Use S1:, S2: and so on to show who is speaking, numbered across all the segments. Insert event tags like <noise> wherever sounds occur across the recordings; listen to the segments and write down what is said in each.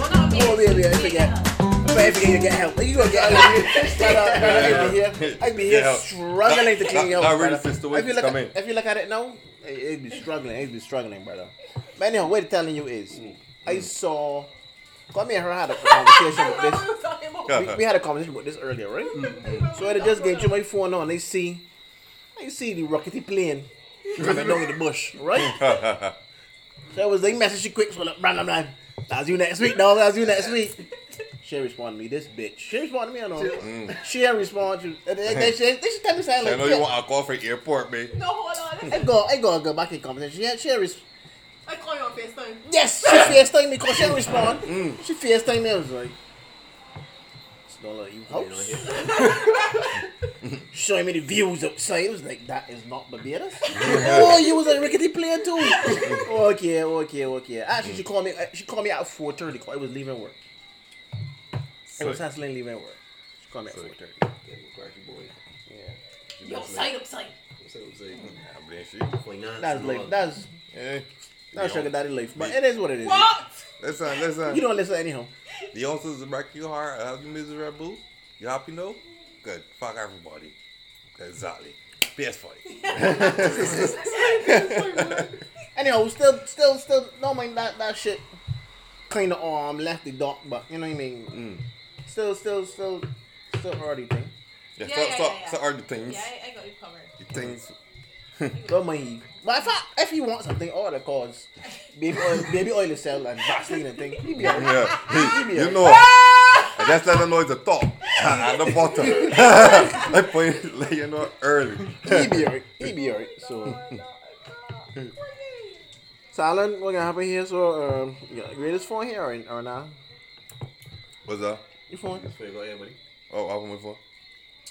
S1: over here. I forget. I forget you get help. You gonna get
S2: <laughs>
S1: help. Brother, I be here. I be
S2: Get
S1: here
S2: help.
S1: struggling to clean
S2: Not-
S1: your
S2: not
S1: house.
S2: really,
S1: brother.
S2: sister,
S1: If you
S2: wait,
S1: look
S2: come
S1: at-
S2: in.
S1: if you look at it now, it, it be struggling. It be struggling, brother. But anyhow, what the telling you is,
S2: Mm.
S1: I saw. Come here. I had a conversation with this. we, we had a conversation about this earlier, right? So I just gave you my phone on. They see, I see the rockety plane coming down in the bush, right?
S2: <laughs>
S1: so I was they message you quick, so like, blah blah blah. That's you next week, dog. That's you next week. She responded to me, this bitch. She responded to me, I know. She ain't respond to. They, they, they, should- they should tell me
S2: I
S1: something
S2: Mm.
S1: like
S2: know you
S1: that.
S2: want alcohol for airport, man.
S3: No, hold on.
S1: I go, I go, go back in conversation. She, ain't- she ain't res-
S3: I call you on FaceTime.
S1: Yes, she FaceTime me because she didn't respond.
S2: Mm.
S1: She FaceTime me. I was like, it's not like you
S2: Oh,
S1: house. Showing me the views outside. I was like, that is not Barbados. oh, you was a rickety player too. <laughs> okay, okay, okay. Actually, she called me. uh, She called me at four thirty. I was leaving work. I was hustling leaving work. She called me at four thirty. Yeah,
S3: Yo, side upside.
S2: I blame she.
S1: that's life. That's
S2: Eh.
S1: that's
S2: Yeah.
S1: sugar daddy life. But it is what it is.
S3: What?
S2: Listen, listen.
S1: You don't listen anyhow.
S2: The answers that break your heart, help you miserable. You happy now? Good. Fuck everybody. Exactly. PS5.
S1: Anyhow, still, still, still, don't mind that that shit. Clean the arm, left the dock, but you know what I mean. Still, still, still, still already thing.
S2: Yeah,
S3: Yeah,
S2: so,
S3: yeah,
S2: so,
S3: yeah, yeah.
S2: so are the things.
S3: Yeah, I, I got you covered.
S2: The things.
S1: Don't mind. But if I, if you want something, all the cause, baby oil, baby oil is sell and Vaseline and thing. You be alright.
S2: <laughs> Yeah. Hey,
S1: Yeah.
S2: you know. I just let them know it's the <laughs> top and the bottom. <laughs> I point let you know early. <laughs>
S1: You be alright. You be alright. So, so Alan, what gonna happen here? So, um, you got the greatest phone here or, or now?
S2: What's up?
S1: Your phone?
S2: Oh, I want my phone.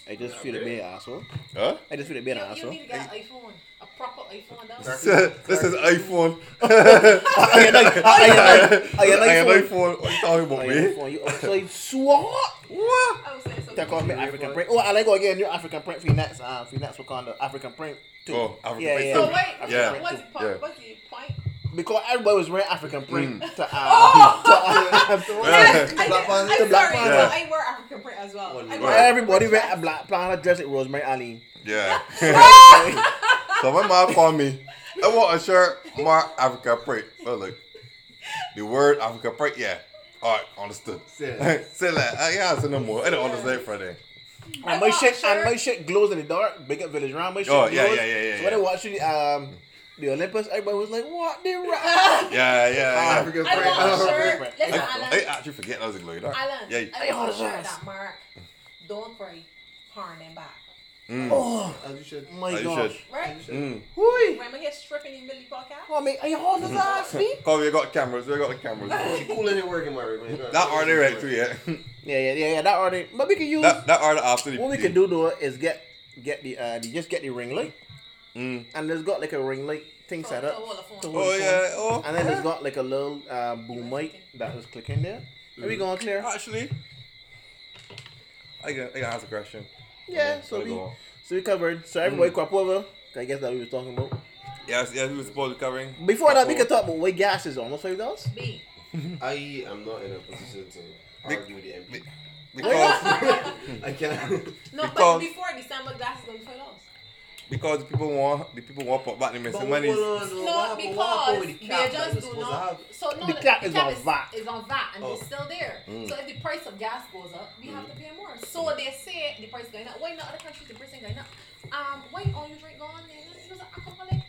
S1: I just feel it being an asshole.
S2: Huh? <laughs>
S1: I just feel it being an
S3: You, you
S1: asshole.
S3: need to get an iPhone. A proper iPhone. That was
S2: this is iPhone. <laughs>
S1: I get an iPhone.
S2: I
S1: I get
S2: an
S1: an iPhone.
S2: iPhone. What you talking
S1: I
S2: about,
S1: get an
S2: man?
S1: iPhone. You upside swat. What?
S3: I was saying something.
S1: They call me African print. Oh, I like go again. New African print for your next, uh, for your next Wakanda. African print too.
S2: Oh, African
S1: yeah,
S2: print
S1: yeah.
S2: too.
S3: So wait,
S1: African
S2: Yeah.
S1: print
S3: what's,
S1: too.
S3: the point?
S2: Yeah.
S3: what's the point?
S1: Because everybody was wearing African print
S2: Mm.
S3: <laughs>
S1: to uh,
S3: Oh!
S4: <laughs>
S1: to, uh, <laughs>
S3: Yes, I,
S4: Black Panther,
S3: I'm
S1: Black
S3: sorry,
S1: Panther.
S3: but I wear African print as well. I wear
S1: everybody wear a
S3: African
S1: black planet dress like Rosemary um, Alley.
S2: Yeah. <laughs> so my mom called me. I want a shirt mark Africa print. I was like, the word Africa print, yeah. All right, understood. <laughs> Say
S4: Yeah.
S2: that. I yeah, I said no more. I don't understand Friday.
S1: And
S3: I
S1: my
S3: bought
S1: shit,
S3: a
S1: and my shit glows in the dark. Big up Village Round, my shit
S2: Oh,
S1: glows.
S2: yeah, yeah, yeah, yeah,
S1: So when I
S2: yeah.
S1: watched the um the Olympus, everybody was like, "What <laughs> the rock?"
S2: Yeah,
S1: Ah,
S2: yeah, yeah.
S4: African
S3: I want a
S4: friend.
S3: shirt. Listen,
S2: I, I
S3: Alan.
S2: actually forget that was a glow dark.
S3: Alan.
S2: Yeah.
S3: I want a
S1: Hey,
S3: shirt
S1: Alan.
S3: that mark. Don't worry. Harm them back.
S1: Oh
S4: As you should.
S1: my
S2: Oh, Hmm. you
S1: gosh!
S3: Right?
S2: Mm.
S1: Hui!
S3: When we get stripping in Millie podcast.
S1: Oh, man, are you holding his ass, me?
S2: Call we got cameras. We got the cameras.
S4: She cool in it working, Mary. man.
S2: That order right eh, too, yeah.
S1: <laughs> Yeah, yeah, yeah, yeah. That already, but we can use.
S2: That that order after the
S1: What we
S2: the-
S1: can do though is get get the uh the- just get the ring light.
S2: Mm.
S1: And it's got like a ring light thing set
S3: To
S1: up.
S3: hold the phone.
S1: to hold
S2: Oh
S1: the phone.
S2: yeah. Oh.
S1: And <laughs> then it's got like a little uh, boom mic that was clicking there. Are we
S2: Mm.
S1: going clear?
S2: Actually, I got I got to ask a question.
S1: Yeah, so
S2: Gotta
S1: we
S2: go on. Mm.
S1: so we covered. So everybody crop over. I guess that we were talking about.
S2: Yes, yes, we were supposed to covering.
S1: Before that we
S2: Couple.
S1: could talk about what gas is almost five dollars.
S3: B.
S4: I am not in a position to argue with the MP.
S2: Because
S4: <laughs>
S2: <laughs>
S4: I can't.
S3: No, but
S2: Because-
S3: before December, that's going to be us.
S2: because the people want the people want put back the missing money.
S3: No, because they just do not. So no,
S1: The cap is on VAT.
S3: Is on VAT, and
S4: Oh.
S3: it's still there. So if the price of gas goes up, we have to pay more. So they say the price going up. Why not other countries the price ain't going up? Um, why all you drink gone? You're an alcoholic.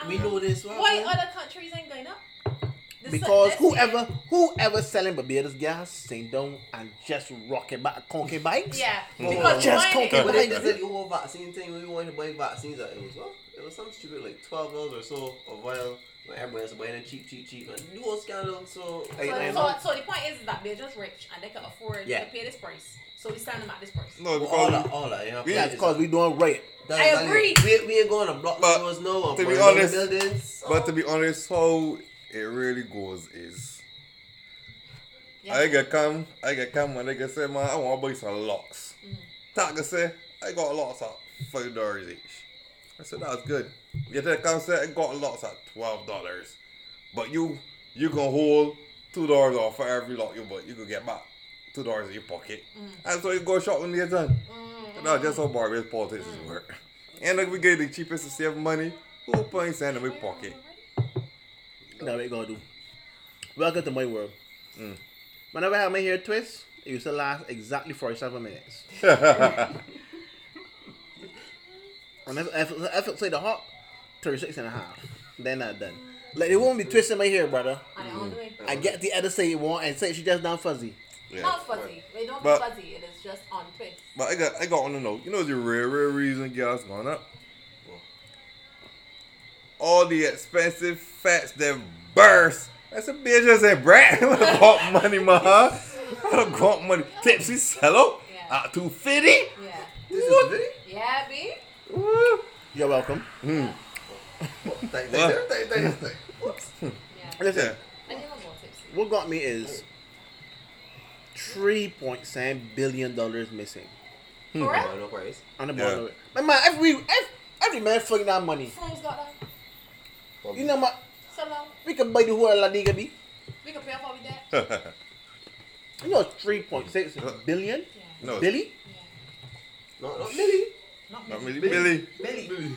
S3: Um,
S4: We know this one.
S3: Why other countries ain't going up? The se-
S1: Because
S3: let's see.
S1: whoever whoever selling Barbados gas, sitting down and just rocking back conking bikes.
S3: Yeah,
S4: Oh.
S3: because
S1: Just
S3: why
S1: cocaine.
S3: they-
S4: But they just did the whole vaccine thing when we wanted to buy vaccines at it was well, it was something stupid like twelve dollars or so a vial when everybody was buying it cheap, cheap, cheap and the whole scandal so
S1: Hey,
S3: So,
S1: hey,
S4: I,
S1: look.
S3: so, so the point is that they're just rich and they can afford
S4: Yeah.
S3: to pay this price. So we stand them at this price.
S2: No,
S4: all that
S2: because
S4: all that you know,
S2: We-
S1: Yeah, because we doing right.
S4: that's
S3: I
S4: valid.
S3: agree.
S4: We, we ain't going to block
S2: But,
S4: doors no or
S2: to be
S4: burn down
S2: honest-
S4: buildings.
S2: but to be honest, how it really goes is
S3: Yeah.
S2: I get come, I get come and I get say man, I want to buy some locks. Tag mm. say I got locks at five dollars each. I said that's good. Yet they come say I got locks at twelve dollars, but you you can hold two dollars off for every lot you bought. You could get back two dollars in your pocket. And so you go shopping later. Mm. That's just how barbarous politics is work. And if we get the cheapest to save money, who point send in my pocket?
S1: Now what you gonna do? Welcome to my world. Whenever I have my hair twist, it used to last exactly 47 minutes. And if, if, if it's like the hawk, 36 and a half. Then I'm done. Like, they won't be twisting my hair, brother.
S3: And I don't do it.
S1: I get the other say it won't and say she just done fuzzy.
S2: Yeah.
S3: Not fuzzy. They don't
S2: But-
S3: be fuzzy. It is just on twist.
S2: But I got I got on the note. You know the real real reason gas gone up. All the expensive fats that burst. That's a bitch that said <laughs> Brad. I done got money, ma. I done got money. Tipsy cello
S3: Yeah.
S2: at two fifty.
S3: Yeah.
S4: This is video?
S3: Yeah, B.
S1: You're welcome.
S4: Thank- thank-
S2: What?
S4: thank- thank-
S3: <laughs>
S4: thank- Whoops.
S3: Yeah.
S1: Listen,
S2: Yeah.
S3: I think I'm more tipsy.
S1: what got me is $3.7 billion missing.
S3: For
S4: No,
S3: real?
S4: no worries.
S1: On the
S2: Yeah.
S1: bottom of it. My man, every, every, every man flinging that money.
S3: Phone's got that.
S1: You know, my,
S3: So long.
S1: we can buy the whole La Liga B.
S3: We can pay off all with that.
S1: You know, it's 3.6 billion?
S3: Yeah.
S2: <laughs> no,
S1: Billy?
S3: Yeah.
S4: No, no, Millie.
S3: Not
S2: not
S3: me.
S2: really Billy.
S4: Millie.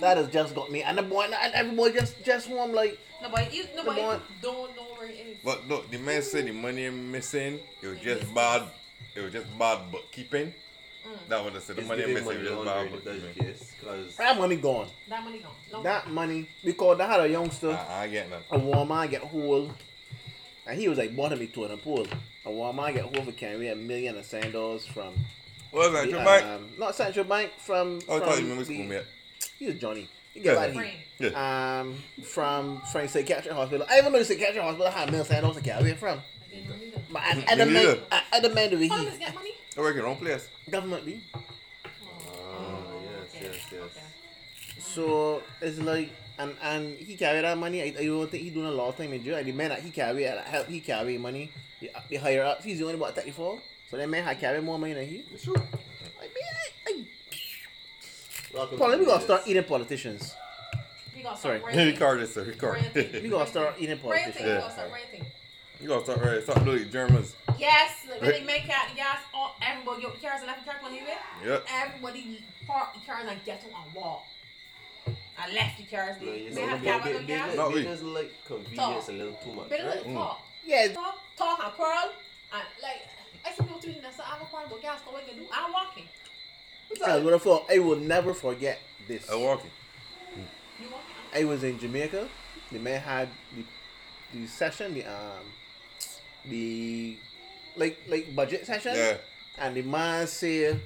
S1: That has just got me. And the boy, and every boy just, just warm like,
S3: No, but you, nobody
S1: Come on.
S3: don't know where it is.
S2: But look, the man said the money ain't missing. It was just bad. It was just bad bookkeeping. That was just the
S4: It's
S2: money ain't
S4: giving
S2: missing. It
S4: money
S2: was just
S4: laundering
S2: bad
S4: if that's the
S2: bookkeeping.
S4: case, 'cause-
S1: that money gone.
S3: That money gone. No.
S1: That money, because I had a youngster.
S2: I, I get that.
S1: a warm man get hold, and he was like bottom me to the pool. A warm man get hold for carrying a million and sand dollars from
S2: What was
S1: the,
S2: that? Your mic?
S1: um, not Central Bank from.
S2: Oh, I
S1: from
S2: thought you remember
S1: the-
S2: school, mate.
S1: He was Johnny. He get out of here.
S3: Brain.
S2: Yeah.
S1: Um, from from St. Catherine Hospital. I even know the St. Catherine Hospital had a million sand dollars to carry it from.
S3: I didn't know either.
S1: But and other
S2: Me
S1: men,
S2: neither.
S1: and other men do we
S3: How
S1: here.
S3: does get money?
S2: I work in the wrong place.
S1: Government be.
S4: Oh, yes,
S3: okay.
S4: yes, yes.
S3: Okay.
S1: So it's like. And, and he carry that money. I, I don't think he doing a lot of time in jail. And the man that he carry, that help he carry money, the, the higher ups, he's only about 34. So that man had carry more money than he.
S4: It's true.
S1: I mean, I,
S4: Welcome
S1: I, Paul,
S4: to
S1: we gotta
S4: Venus.
S1: start eating politicians.
S3: We gotta
S1: Sorry.
S3: start
S2: <laughs>
S4: <laughs>
S3: ranting.
S2: Record this, sir. Record.
S1: We
S3: Ranting.
S1: gotta start eating
S3: Ranting.
S1: politicians.
S3: We
S2: Yeah.
S3: gotta start ranting.
S2: <laughs> You gotta start right. Start doing the Germans.
S3: Yes, when they make out the gas, all everybody get cars and left cars on here.
S2: Yep.
S3: Everybody park the cars and get on a wall. I left the cars
S4: No,
S3: there.
S4: you
S3: They
S4: know,
S3: have
S4: they-
S3: cars
S4: they-
S3: on
S4: they
S3: gas.
S2: Not
S4: look- they
S2: we.
S4: just like convenience a little too much,
S3: But
S4: right?
S3: look, talk,
S1: Yeah,
S3: talk, talk and quarrel, and like I see people tweeting that say I'm a quarrel about gas, but what you do? I'm walking.
S1: I will, for, I will never forget this.
S2: I'm walking.
S3: You walking?
S1: I was in Jamaica. The man had the, the session, the um, the like like budget session,
S2: Yeah.
S1: and the man said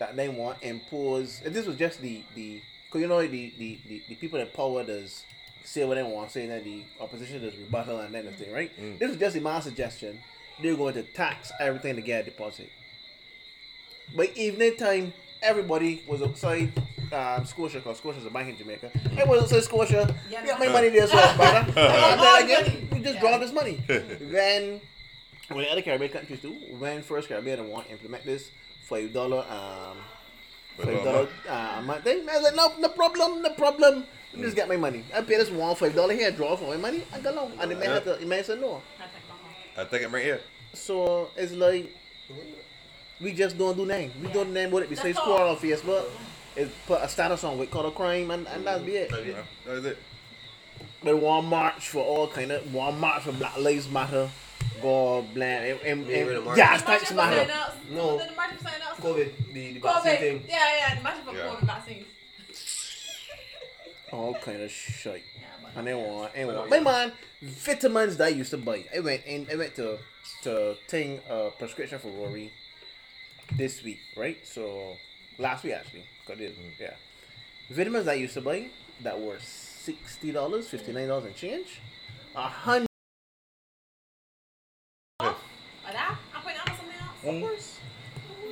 S1: that they want impose. And this was just the the because you know the, the the the people in power does say what they want, saying that the opposition does rebuttal and then the thing, right?
S2: Mm.
S1: This was just the man's suggestion. They're going to tax everything to get a deposit. By evening time, everybody was outside um, Scotia, because Scotia's a bank in Jamaica. Everyone was outside Scotia.
S3: Yeah,
S1: we got
S3: no.
S1: my money there, so brother. And I'm like,
S3: Yeah.
S1: "Yeah, we just
S3: Yeah.
S1: draw this money. then, when the other Caribbean countries do, when First Caribbean want to implement this $5, um,
S2: But,
S1: $5
S2: uh, man,
S1: uh, a month thing, I was like, no, no problem, no problem. You Just get my money. I pay this one five dollar here, draw for my money, I go along. And the man,
S2: Yeah.
S1: had to, the man said no.
S3: Not like my mom.
S2: I take it right here.
S1: So it's like we just don't do nothing. We
S3: Yeah.
S1: don't name what it
S3: That's
S1: besides
S3: all.
S1: squad on Facebook. It put a status on with color crime and, and that's be it.
S4: Like,
S2: Yeah, That is it.
S1: But one march for all kind of one march for Black Lives Matter. God bless and, and,
S4: Yeah, we're the
S1: and
S4: march.
S1: gas
S3: The march
S1: tax
S3: for
S1: matter.
S3: sign-ups.
S4: No.
S3: The march for sign-ups.
S4: COVID, the, the vaccine
S3: COVID.
S4: thing.
S3: Yeah, yeah, the march for
S2: Yeah.
S3: COVID vaccines.
S1: All kind of shit.
S3: Yeah, but-
S1: And they want and want my man, vitamins that I used to buy. I went in I went to to thing a prescription for Rory this week, right? So last week actually. Got it.
S3: Mm-hmm.
S1: Yeah. Vitamins that I used to buy that were sixty dollars, fifty nine dollars and change. A hundred
S3: But I, I put out something else.
S2: Mm.
S3: course.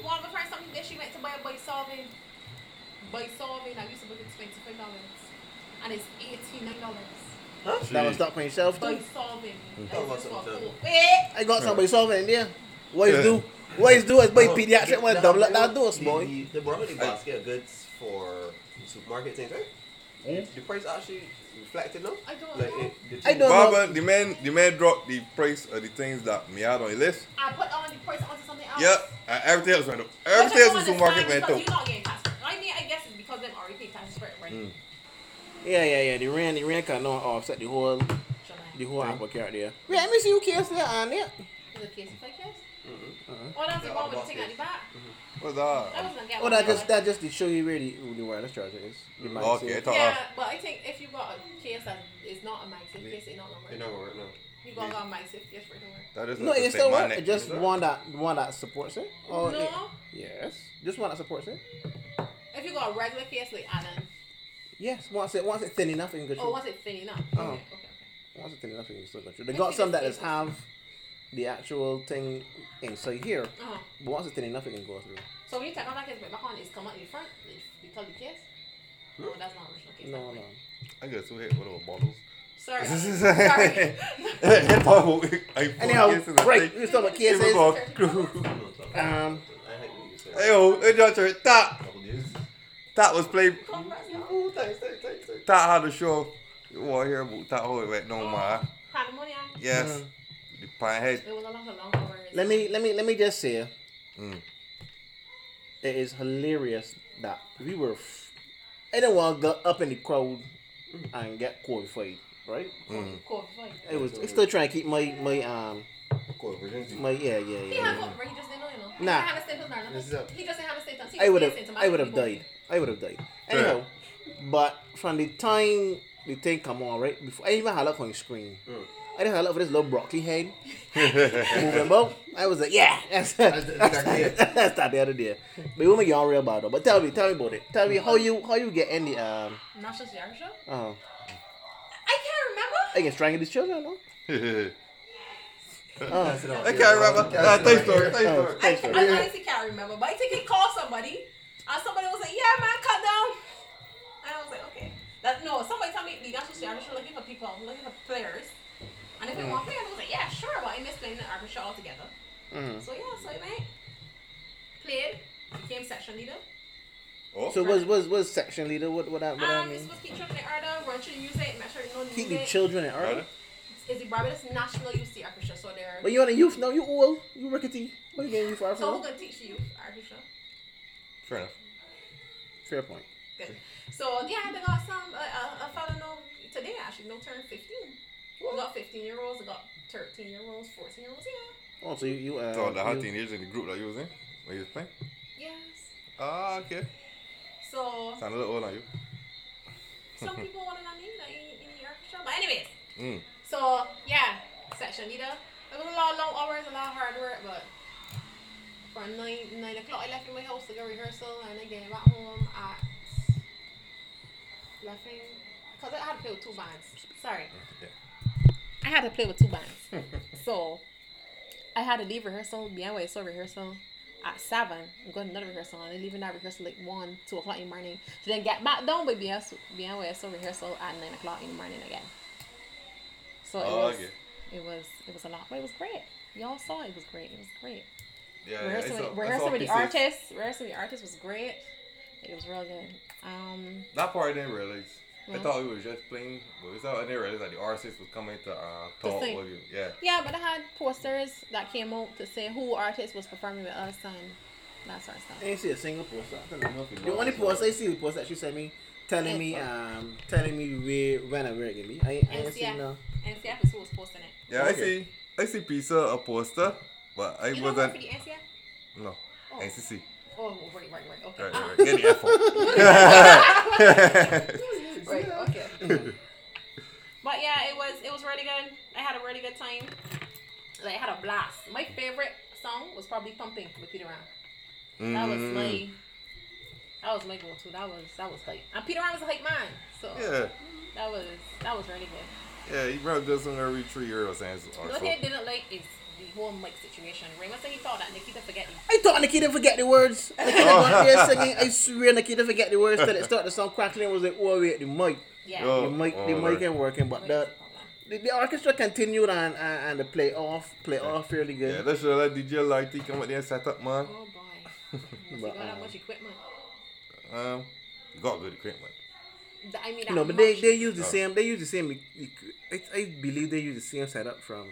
S3: One of my friends told me that she went to buy a bike solving. Bike solving, I used to book it twenty five dollars. And it's eighty nine dollars.
S1: that was not for yourself too.
S3: Bike solving.
S4: Talk about something.
S3: Wait.
S1: I got somebody solving in there. What is
S2: Yeah.
S1: do? What is do? It's buy
S3: Oh.
S4: No,
S1: pediatric
S4: the-
S1: one
S4: the-
S1: double up that
S4: the-
S1: doors, boy.
S4: The, the, the broccoli basket of goods for supermarket things, right? The price actually reflected now.
S3: I don't
S4: Like
S3: know.
S4: it, the
S1: I
S4: thing-
S1: don't-
S2: Baba, the man, the man dropped the price of the things that me had on the list.
S3: I put on the price onto something
S1: Oh.
S3: else.
S2: Yep, and everything else went up.
S3: Which I
S2: Everything else
S3: don't
S2: in the supermarket
S3: understand
S2: went
S3: because
S2: up.
S3: you're not getting tax. I mean, I guess it's because they've already paid tax for it, right?
S2: Mm.
S1: Yeah, yeah, yeah. The rain, the rain kind of offset the whole, the
S3: Jamaica.
S1: whole apple cart there. Wait, let me see who cares ah, there on it.
S3: Is it case by case?
S4: Mhm.
S2: Uh-huh.
S3: Oh, that's the
S4: Yeah,
S3: one with the
S4: about
S3: thing at the
S4: this.
S3: back.
S2: What's
S3: That
S2: that?
S3: was gonna get
S1: Oh,
S3: one
S1: that
S3: the
S1: just
S3: other.
S1: that just to show you where the, where the wireless charger is. The mic
S2: Okay,
S1: is.
S2: I thought-
S3: Yeah, but I think if you got a case that is not a MagSafe case, it's not gonna work.
S4: It never worked now.
S3: You gonna go on MagSafe case for it to work.
S2: That is
S1: No,
S2: like
S1: it's
S2: the
S1: still
S2: same
S1: one.
S2: neck.
S1: It just
S4: Is it?
S1: one that one that supports it. Oh,
S3: no,
S1: it- yes, just one that supports it.
S3: if you got a regular case like Alan,
S1: Yes, once it once it's thin enough, it can go
S3: oh,
S1: through.
S3: was it thinning up?
S1: Oh.
S3: Okay, okay, okay.
S1: Once it's thin enough, it can still go through. They
S3: I
S1: got
S3: think
S1: some that
S3: it's
S1: just have the actual thing inside here,
S3: Uh-huh.
S1: but once it's thin enough, it can go through.
S3: So when you take on that case back on, it's come out in the front, the, the top of the case. No, that's not original case.
S1: Hmm? No, no.
S2: I got two hit with our bottles.
S3: Sorry, sorry.
S2: It's all- <laughs> I
S1: <laughs> Anyhow,
S2: fucking said the
S1: right.
S2: thing.
S1: We're talking about
S2: Give me
S1: cases.
S2: a
S3: <laughs> Cases.
S2: crew.
S4: No, it's not.
S1: Um,
S4: I hate when you say
S2: Hey, yo, hey, Joshua, that,
S4: Couple years.
S2: that was played.
S3: Congrats, y'all.
S4: Ooh, Oh, thanks, thanks, thanks, thanks.
S2: That had a show. You want to hear about that? How it went down, man.
S3: Pandemonium.
S2: Yes.
S1: Mm.
S2: The pine head.
S3: It was a long, a long hour.
S1: Let me let me let me just say,
S2: Mm.
S1: it is hilarious that we were. F- anyone got up in the crowd and get qualified, right?
S2: Mm.
S3: Cool, fine.
S1: It was it's still trying to keep my my um
S4: Cool, virginity.
S1: my yeah yeah
S3: He had
S1: yeah.
S3: COVID, but he just didn't know, you know.
S1: Nah.
S3: He just didn't have a
S4: This is a-
S3: symptom. He just didn't have a symptom. He
S1: I
S3: just
S1: would have
S3: didn't
S1: I would have
S3: symptomatic
S1: died. I would have died. Anyhow, but from the time the thing come on right before I even had up on the screen.
S4: Mm.
S1: I didn't have up for this little broccoli head. Remember? I was like, yeah, that's that's,
S4: That's- that's
S1: <laughs> that's,
S4: that day.
S1: that the other day. But women get on real about it. But tell me, tell me about it. Tell me how you how you get in the um
S3: people. National Zero Show?
S1: uh
S3: I can't remember.
S1: I get strangle these children, no? Oh.
S4: Pass it on.
S2: I can't remember. Nah, thanks, story. Thanks,
S1: Oh.
S2: story.
S3: I,
S1: Thanks,
S3: I honestly can't remember, but I think he called somebody, and somebody was like, "Yeah, man, cut down." And I was like, "Okay." That no, somebody told me the national show. I'm just looking for people, looking for players, and
S1: Mm.
S3: if they want players, I was like, "Yeah, sure." But I missed playing the Irish show altogether.
S1: Mhm.
S3: So yeah, so I went, played, became section leader.
S2: Oh.
S1: So was was was section leader? What what that what that
S3: Um, you're
S1: mean?
S3: supposed to keep children in order, run through the music, make sure you know the
S1: Keep the
S3: music.
S1: children in order.
S2: Brother?
S3: It's the Barbados National Youth the Irish show, so they're.
S1: But you on a youth now? You old? You rickety? What you getting you far
S3: so
S1: from?
S3: who's gonna teach you Irish show?
S2: Fair enough.
S1: Fair point.
S3: Good. <laughs> So yeah, they got some. Uh, uh, a fellow no today actually no turned fifteen. We got fifteen year olds. We got thirteen year olds, fourteen year olds. Yeah.
S1: Oh, so you you uh.
S2: So the hot
S1: you-
S2: teen years in the group that you was in, when you was playing.
S3: Yes.
S2: Ah, okay. <laughs>
S3: So
S2: Sound a little old on you.
S3: some people want to know me like, in, in the orchestra, but anyways.
S2: Mm.
S3: So yeah, section leader. It was a lot of long hours, a lot of hard work, but from nine nine o'clock I left my house to go rehearsal, and I came back home at left because I had to play with two bands. Sorry.
S2: Yeah.
S3: I had to play with two bands. <laughs> so I had to leave rehearsal, be away, so rehearsal at seven, and go to another rehearsal, and then leaving that rehearsal like one, two o'clock in the morning. So then get back down with BS be away, so rehearsal at nine o'clock in the morning again. So it
S2: Oh,
S3: was
S2: okay.
S3: it was it was a lot, but it was great. Y'all saw it was great. It was great.
S2: Yeah,
S3: rehearsal
S2: I saw-
S3: with,
S2: I
S3: rehearsal
S2: saw
S3: with the
S2: pieces.
S3: artists, rehearsal with the artists was great. It was real good. Um,
S2: That part I didn't realize. I
S3: Yeah.
S2: thought we were just playing, but we thought I didn't realize that the artist was coming to uh, talk
S3: sing.
S2: with you. Yeah.
S3: Yeah, but I had posters that came out to say who artist was performing with us and that sort of
S1: I
S3: stuff.
S1: ain't see a single poster. I don't know.
S4: Nothing
S1: The
S4: wrong.
S1: only post I see the post that she sent me, telling me um telling me where when and where it can be. I ain't, I ain't seen no.
S3: NCF. NCF is who was posting it.
S2: Yeah, I
S1: Okay.
S2: see. I see pizza a poster, but I
S3: You don't work for
S2: wasn't.
S3: the NCF?
S2: No.
S3: Oh.
S2: NCC.
S3: Oh, right, right, right. Okay.
S2: Right,
S3: Ah,
S2: right, right. Get the effort.
S3: <laughs> right, okay. but yeah, it was it was really good. I had a really good time. Like, I had a blast. My favorite song was probably "Pumping" with Peter Ram. That was my that was my go-to. That was that was hype. And Peter Ram was a hype man, so
S2: <laughs> Yeah,
S3: that was that was really good.
S2: yeah. You probably does something every three years or so.
S3: The only thing I didn't like is the whole mic situation. Raymond said he thought that Nikita forget him.
S1: I thought Nikita forget the words. Nikita got
S2: Oh.
S1: there singing. I swear Nikita forget the words. Till it started to sound crackling. I was like, oh wait, the mic,
S3: Yeah.
S1: the
S2: Oh,
S1: mic, the
S2: Lord.
S1: mic ain't working. But the the, the orchestra continued and, and and the play off, play off fairly
S2: Yeah,
S1: good.
S2: that should let DJ Lighty come up there and set up, man.
S3: Oh
S2: <laughs>
S3: boy. You
S1: But,
S3: got that
S1: um,
S3: much equipment.
S2: Um, you got good equipment.
S3: th- I mean, that
S1: No, but they,
S3: much.
S1: they use the
S2: Oh.
S1: same. They use the same. I, I believe they use the same setup from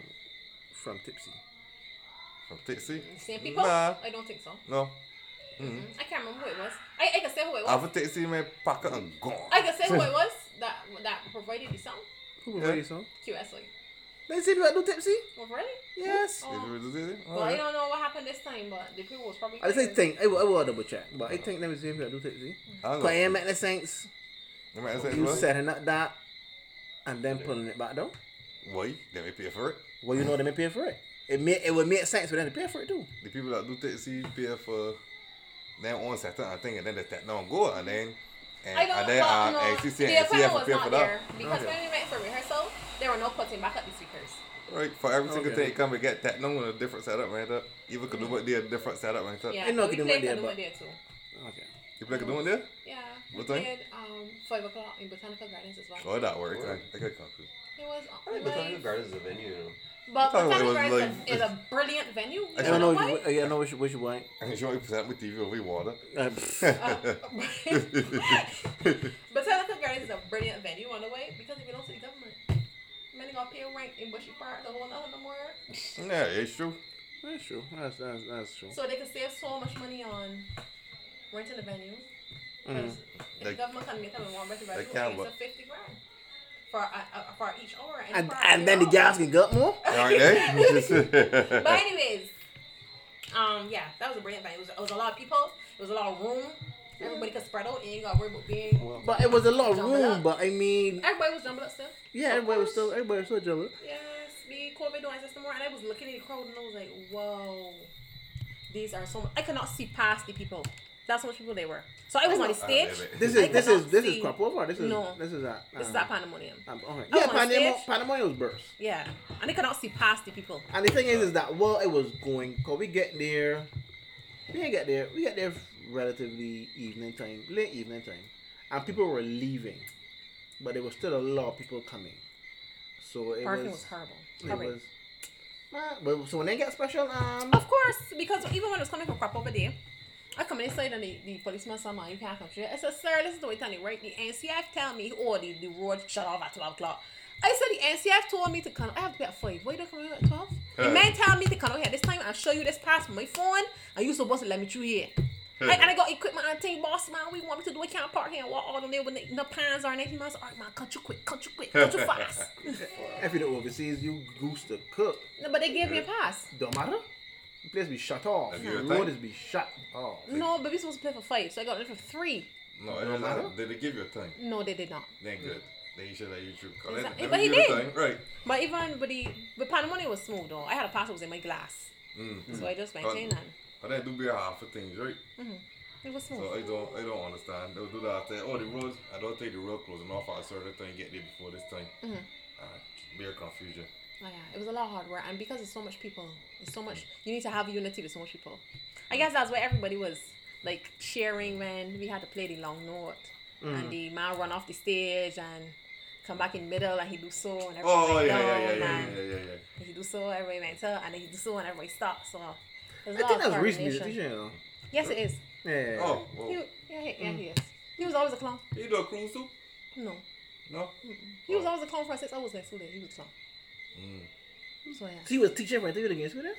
S1: from Tipsy.
S2: From Tipsy?
S3: same people.
S2: Nah.
S3: I don't think so.
S2: No.
S3: Mm, I can't remember who it was. I, I can say who it was.
S2: After Tipsy, my pocket and gone.
S3: I can say who it was that that provided the song.
S1: Who wrote
S2: Yeah.
S1: the song?
S3: QSY.
S1: They say people that do Tipsy.
S3: Provided.
S1: Yes.
S3: Oh. But Oh, I
S2: Alright.
S3: don't know what happened this time. But the people was probably.
S1: I just think I will, I will double check, but I think they were the same people that do Tipsy.
S2: I don't
S1: But it
S2: know.
S1: make no sense.
S2: You might say
S1: You
S2: what?
S1: setting up that and then pulling it back down.
S2: Why? Let me pay for it.
S1: Well, you know they may pay for it. It may, it would make sense for them to pay for it too.
S2: The people that do Tipsy pay for their own certain thing and then they take down go and then. And,
S3: I don't
S2: and then
S3: well,
S2: uh,
S3: no,
S2: ACC
S3: the
S2: and
S3: equipment
S2: CF
S3: was
S2: pay for
S3: not there
S2: that.
S3: because
S2: Okay.
S3: when we went for rehearsal, there were no putting back up the speakers.
S2: Right, for every single
S1: Okay.
S2: thing you come and get that, no one a different setup, right? Up. Even could do what they a different setup, right? Up.
S3: Yeah,
S1: Ain't no
S3: but we
S1: Kaduma
S3: played
S1: there,
S3: Kaduma
S1: but-
S3: there too.
S1: Okay.
S2: You play doing there?
S3: Yeah,
S2: What
S3: we
S2: time?
S3: played um five o'clock in Botanical Gardens as well.
S2: Oh, that work.
S4: Alright.
S2: I, I got confused.
S3: It was
S4: I think
S3: it was-
S4: Botanical Gardens is a venue, you know.
S3: But
S2: Thought it
S3: Botanical
S2: was
S3: Gardens
S2: like-
S3: is a brilliant venue.
S2: I
S1: I
S3: You
S1: don't know.
S3: know
S1: What you,
S3: why?
S1: I don't know what you, what you <laughs> want.
S2: I'm sure you present with TV over water.
S1: Uh,
S2: <laughs>
S3: <laughs> Oh. Botanical Gardens is a brilliant venue on the way because if you don't see government, many gonna pay rent in Bushy Park, the whole lot no more.
S2: yeah, it's true.
S1: that's true. That's that's, that's true.
S3: So they can save so much money on renting the venue.
S1: Mm.
S3: If
S2: They-
S3: the government can make them and want rent the venue,
S2: can,
S3: it's
S2: but-
S3: a fifty grand for uh, uh, for each hour. And,
S1: And,
S3: for
S1: and then the
S3: hour.
S1: guys can get more.
S2: Aren't they?
S3: <laughs>
S1: <laughs>
S3: But anyways, um, yeah, that was a brilliant venue. It was, it was a lot of people. It was a lot of room. Everybody could spread out, and you ain't got to worry about being.
S1: But it was a lot of
S3: Jumble
S1: room.
S3: up.
S1: But I mean,
S3: Everybody was jumbled up still.
S1: yeah, everybody was still everybody was still jumping.
S3: Yes, the COVID doing system more, and I was looking at the crowd and I was like, whoa, these are so. Much. I cannot see past the people. That's how much people they were. So I was on the
S2: Ah,
S3: stage.
S2: baby.
S1: This
S3: I
S1: is this is
S3: cannot
S1: this is
S3: see.
S1: crop over. This is
S3: No.
S1: this is that.
S3: This is that pandemonium.
S1: Um, okay.
S3: I
S1: Yeah,
S3: wanna
S1: pandemonium,
S3: stage.
S1: pandemonium was burst.
S3: Yeah, and I cannot see past the people.
S1: And the thing is, is that while it was going, cause we get there, we didn't get there, we get there relatively evening time, late evening time, and people were leaving, but there was still a lot of people coming. So it
S3: Parking
S1: was,
S3: was, horrible.
S1: it
S3: Horrible.
S1: was, nah, but so when they get special, um,
S3: Of course, because even when I was coming from crop over there, I come inside and the, the policeman said, man, you can't come through. I said, sir, listen to what you tell me, right? The NCF tell me, oh, the, the road shut off at 12 o'clock. I said, the NCF told me to come. I have to be at 5. Why you don't come here at 12? The
S2: Huh.
S3: man tell me to come out here this time and show you this pass from my phone, and you supposed to let me through here. I, and I got equipment and thing, boss man. We want me to do. I can't park here and walk all the way with no pants or anything. Man, all right, man, cut you quick, cut you quick, cut you fast.
S1: if you don't overseas, you goose to cook.
S3: no, but they gave me a pass.
S1: Don't matter. The place be shut off.
S2: Have
S1: The
S2: you ever
S1: road
S2: tried?
S1: is be shut off.
S3: No, but we supposed to play for five, so I got it for three.
S2: no, it don't matter. Did they give you a thing?
S3: No, they did not.
S2: Then good. Then you should have YouTube. call
S3: Is
S2: it.
S3: that-
S2: Let
S3: but he
S2: me give you a
S3: did.
S2: thing. Right.
S3: But even with the with pandemonium was smooth though. I had a pass that was in my glass. So I just maintained
S2: Mm. But-
S3: that.
S2: But that do be a half of things, right?
S3: It was smooth.
S2: So I don't, I don't understand. They'll do that. Say, oh, the roads. I don't think the road closing off at a certain time. Get there before this time. Mm-hmm. beer confusion.
S3: Oh, yeah. It was a lot of hard work and because it's so much people, it's so much you need to have unity with so much people. I guess that's where everybody was like cheering when we had to play the long note
S2: Mm.
S3: and the man run off the stage and come back in middle and he do so and everybody
S2: Oh
S3: went
S2: yeah, yeah,
S3: down
S2: yeah, yeah,
S3: and
S2: yeah, yeah, yeah.
S3: he do so, everybody went up and then he do so and everybody stopped. So it was a
S1: I
S3: lot
S1: think
S3: of
S1: that's recently,
S3: coordination.
S1: you know.
S3: Yes it is.
S1: Yeah.
S2: Oh,
S3: He,
S2: well,
S3: yeah, he, yeah,
S2: Mm.
S3: he is. He was always a clown.
S2: you do a cruise too?
S3: No.
S2: No.
S3: He was always a clown for six hours next day. He was a clown. So, yeah.
S1: So you was teaching for the against with it?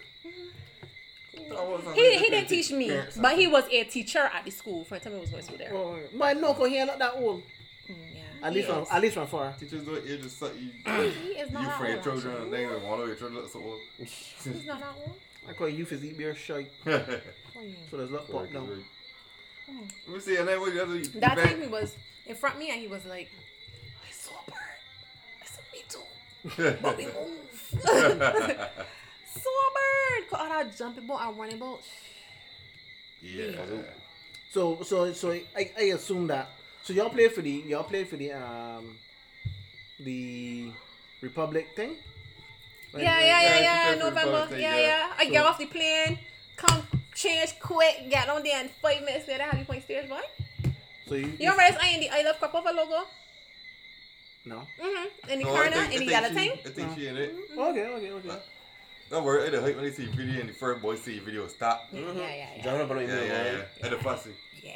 S3: He, he didn't teach me, but he was a teacher at the school. For the time he was going to school there.
S1: Oh, but no, cause he ain't not that old.
S3: Mm, yeah.
S1: At
S3: He
S1: least from
S3: is.
S1: at least from far.
S2: Teachers do it. You just <clears throat> suck. You,
S3: He is
S2: you
S3: not
S2: for your
S3: that old.
S2: children, and
S3: actually.
S2: they even want to your children. So old. <laughs>
S3: He's not that old.
S1: I call you physique beer shite.
S3: Oh, yeah.
S1: So there's luck pop down.
S2: Hmm. Let me see. And then what the other? you
S3: That
S2: back-
S3: time he was in front of me and he was like, I saw a bird. I said, me too.
S2: <laughs>
S3: But we move. <laughs> saw a bird. Caught all that jumping boat and running boat.
S2: Yeah.
S1: So so so I, I assume that so y'all play for the y'all play for the um the Republic thing? Like,
S3: Yeah, yeah,
S1: like-
S2: yeah,
S3: yeah,
S2: it's
S3: yeah,
S2: different
S3: November.
S2: birth thing,
S3: yeah,
S2: yeah.
S3: yeah. I get off the plane, come change quick, get on there, and five minutes later, I have you point stairs, boy.
S1: So you,
S3: You remember this I in the I Love Crapova logo?
S1: No.
S3: Mm-hmm. In the
S2: No, I
S3: corner,
S2: think- I
S3: in the
S2: think
S3: yellow
S2: she-
S3: thing.
S2: I think she in it.
S1: Okay, okay, okay.
S2: Don't worry, it'll hurt when they see video and the first boy see video stop. Yeah,
S3: Yeah, yeah, yeah.
S4: John Bonham,
S2: yeah, yeah. At the fussy.
S3: Yeah.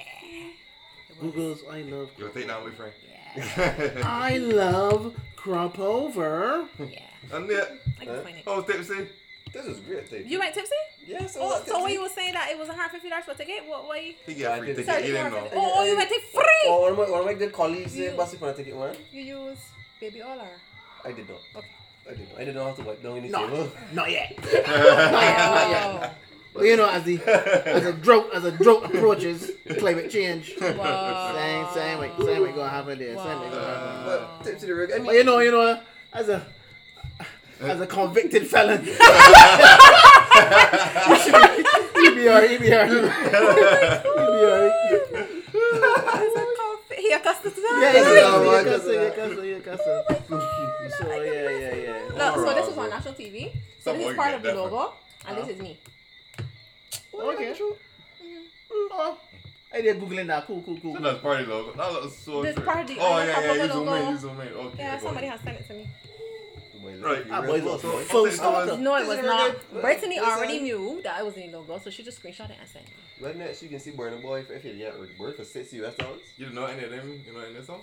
S1: Google's I love
S2: You'll take that away, friend.
S3: Yeah.
S1: I love crop over.
S3: Yeah.
S2: <laughs> and yet,
S3: I can find it.
S2: oh, tipsy.
S4: This is great thing.
S3: You went tipsy?
S4: Yes, I
S3: Oh,
S4: was
S3: so when
S4: tipsy.
S3: you were saying that it was $150 for a ticket, what, what you?
S2: He
S4: Yeah, I
S2: got free
S4: did.
S2: ticket. He
S3: you
S2: didn't
S3: went
S2: know.
S3: for- oh, oh, you went to free!
S4: Oh, one of my, one of my good colleagues eh, said,
S3: You-
S4: "Bus for a ticket one."
S3: You use baby all
S2: <laughs>
S3: or?
S4: I did not.
S3: Okay.
S4: I did not. I didn't know how to wipe down any
S1: No,
S4: table.
S1: not yet.
S3: Wow.
S1: But you know, as the as a drought as a drought approaches, climate
S3: <laughs>
S1: change. Same,
S3: Wow.
S1: same, way, same, way gonna happen there. Same, way gonna happen.
S4: But tips to the rig. I
S1: But
S4: mean,
S1: you know, you know, as a as a convicted felon, <laughs> you should be, you be alright, you be alright, you be alright.
S3: He accustomed to that?
S1: Yeah, yeah,
S4: Oh my
S1: yeah, cussing, yeah, cussing, yeah, cussing. So yeah, yeah, yeah.
S3: Look, so this was on national TV. So this
S2: Someone
S3: is part
S2: get
S3: of the
S2: that one.
S3: logo, and this is me.
S1: Okay. Oh, I did googling that. Cool, cool, cool.
S2: So <laughs> that's party logo. That looks so
S3: This
S2: true.
S3: party-
S2: Oh,
S3: I
S2: yeah,
S3: have
S2: yeah.
S3: a
S2: You zoom in.
S3: logo.
S2: You zoom in. Okay.
S3: Yeah,
S2: go
S3: somebody
S2: ahead.
S3: has sent it to me.
S2: Right.
S1: Ah, boy, look,
S2: So-
S1: full
S2: so-
S1: stop.
S2: so-
S3: No, it <laughs> was
S4: This is
S3: not.
S4: ridiculous.
S3: Brittany
S4: This is-
S3: already knew that I was in logo, so she just screenshot it and sent it.
S4: Right next, you can see Burner Boy if you get Bird for six US dollars.
S2: You don't know any of them? You know any of them?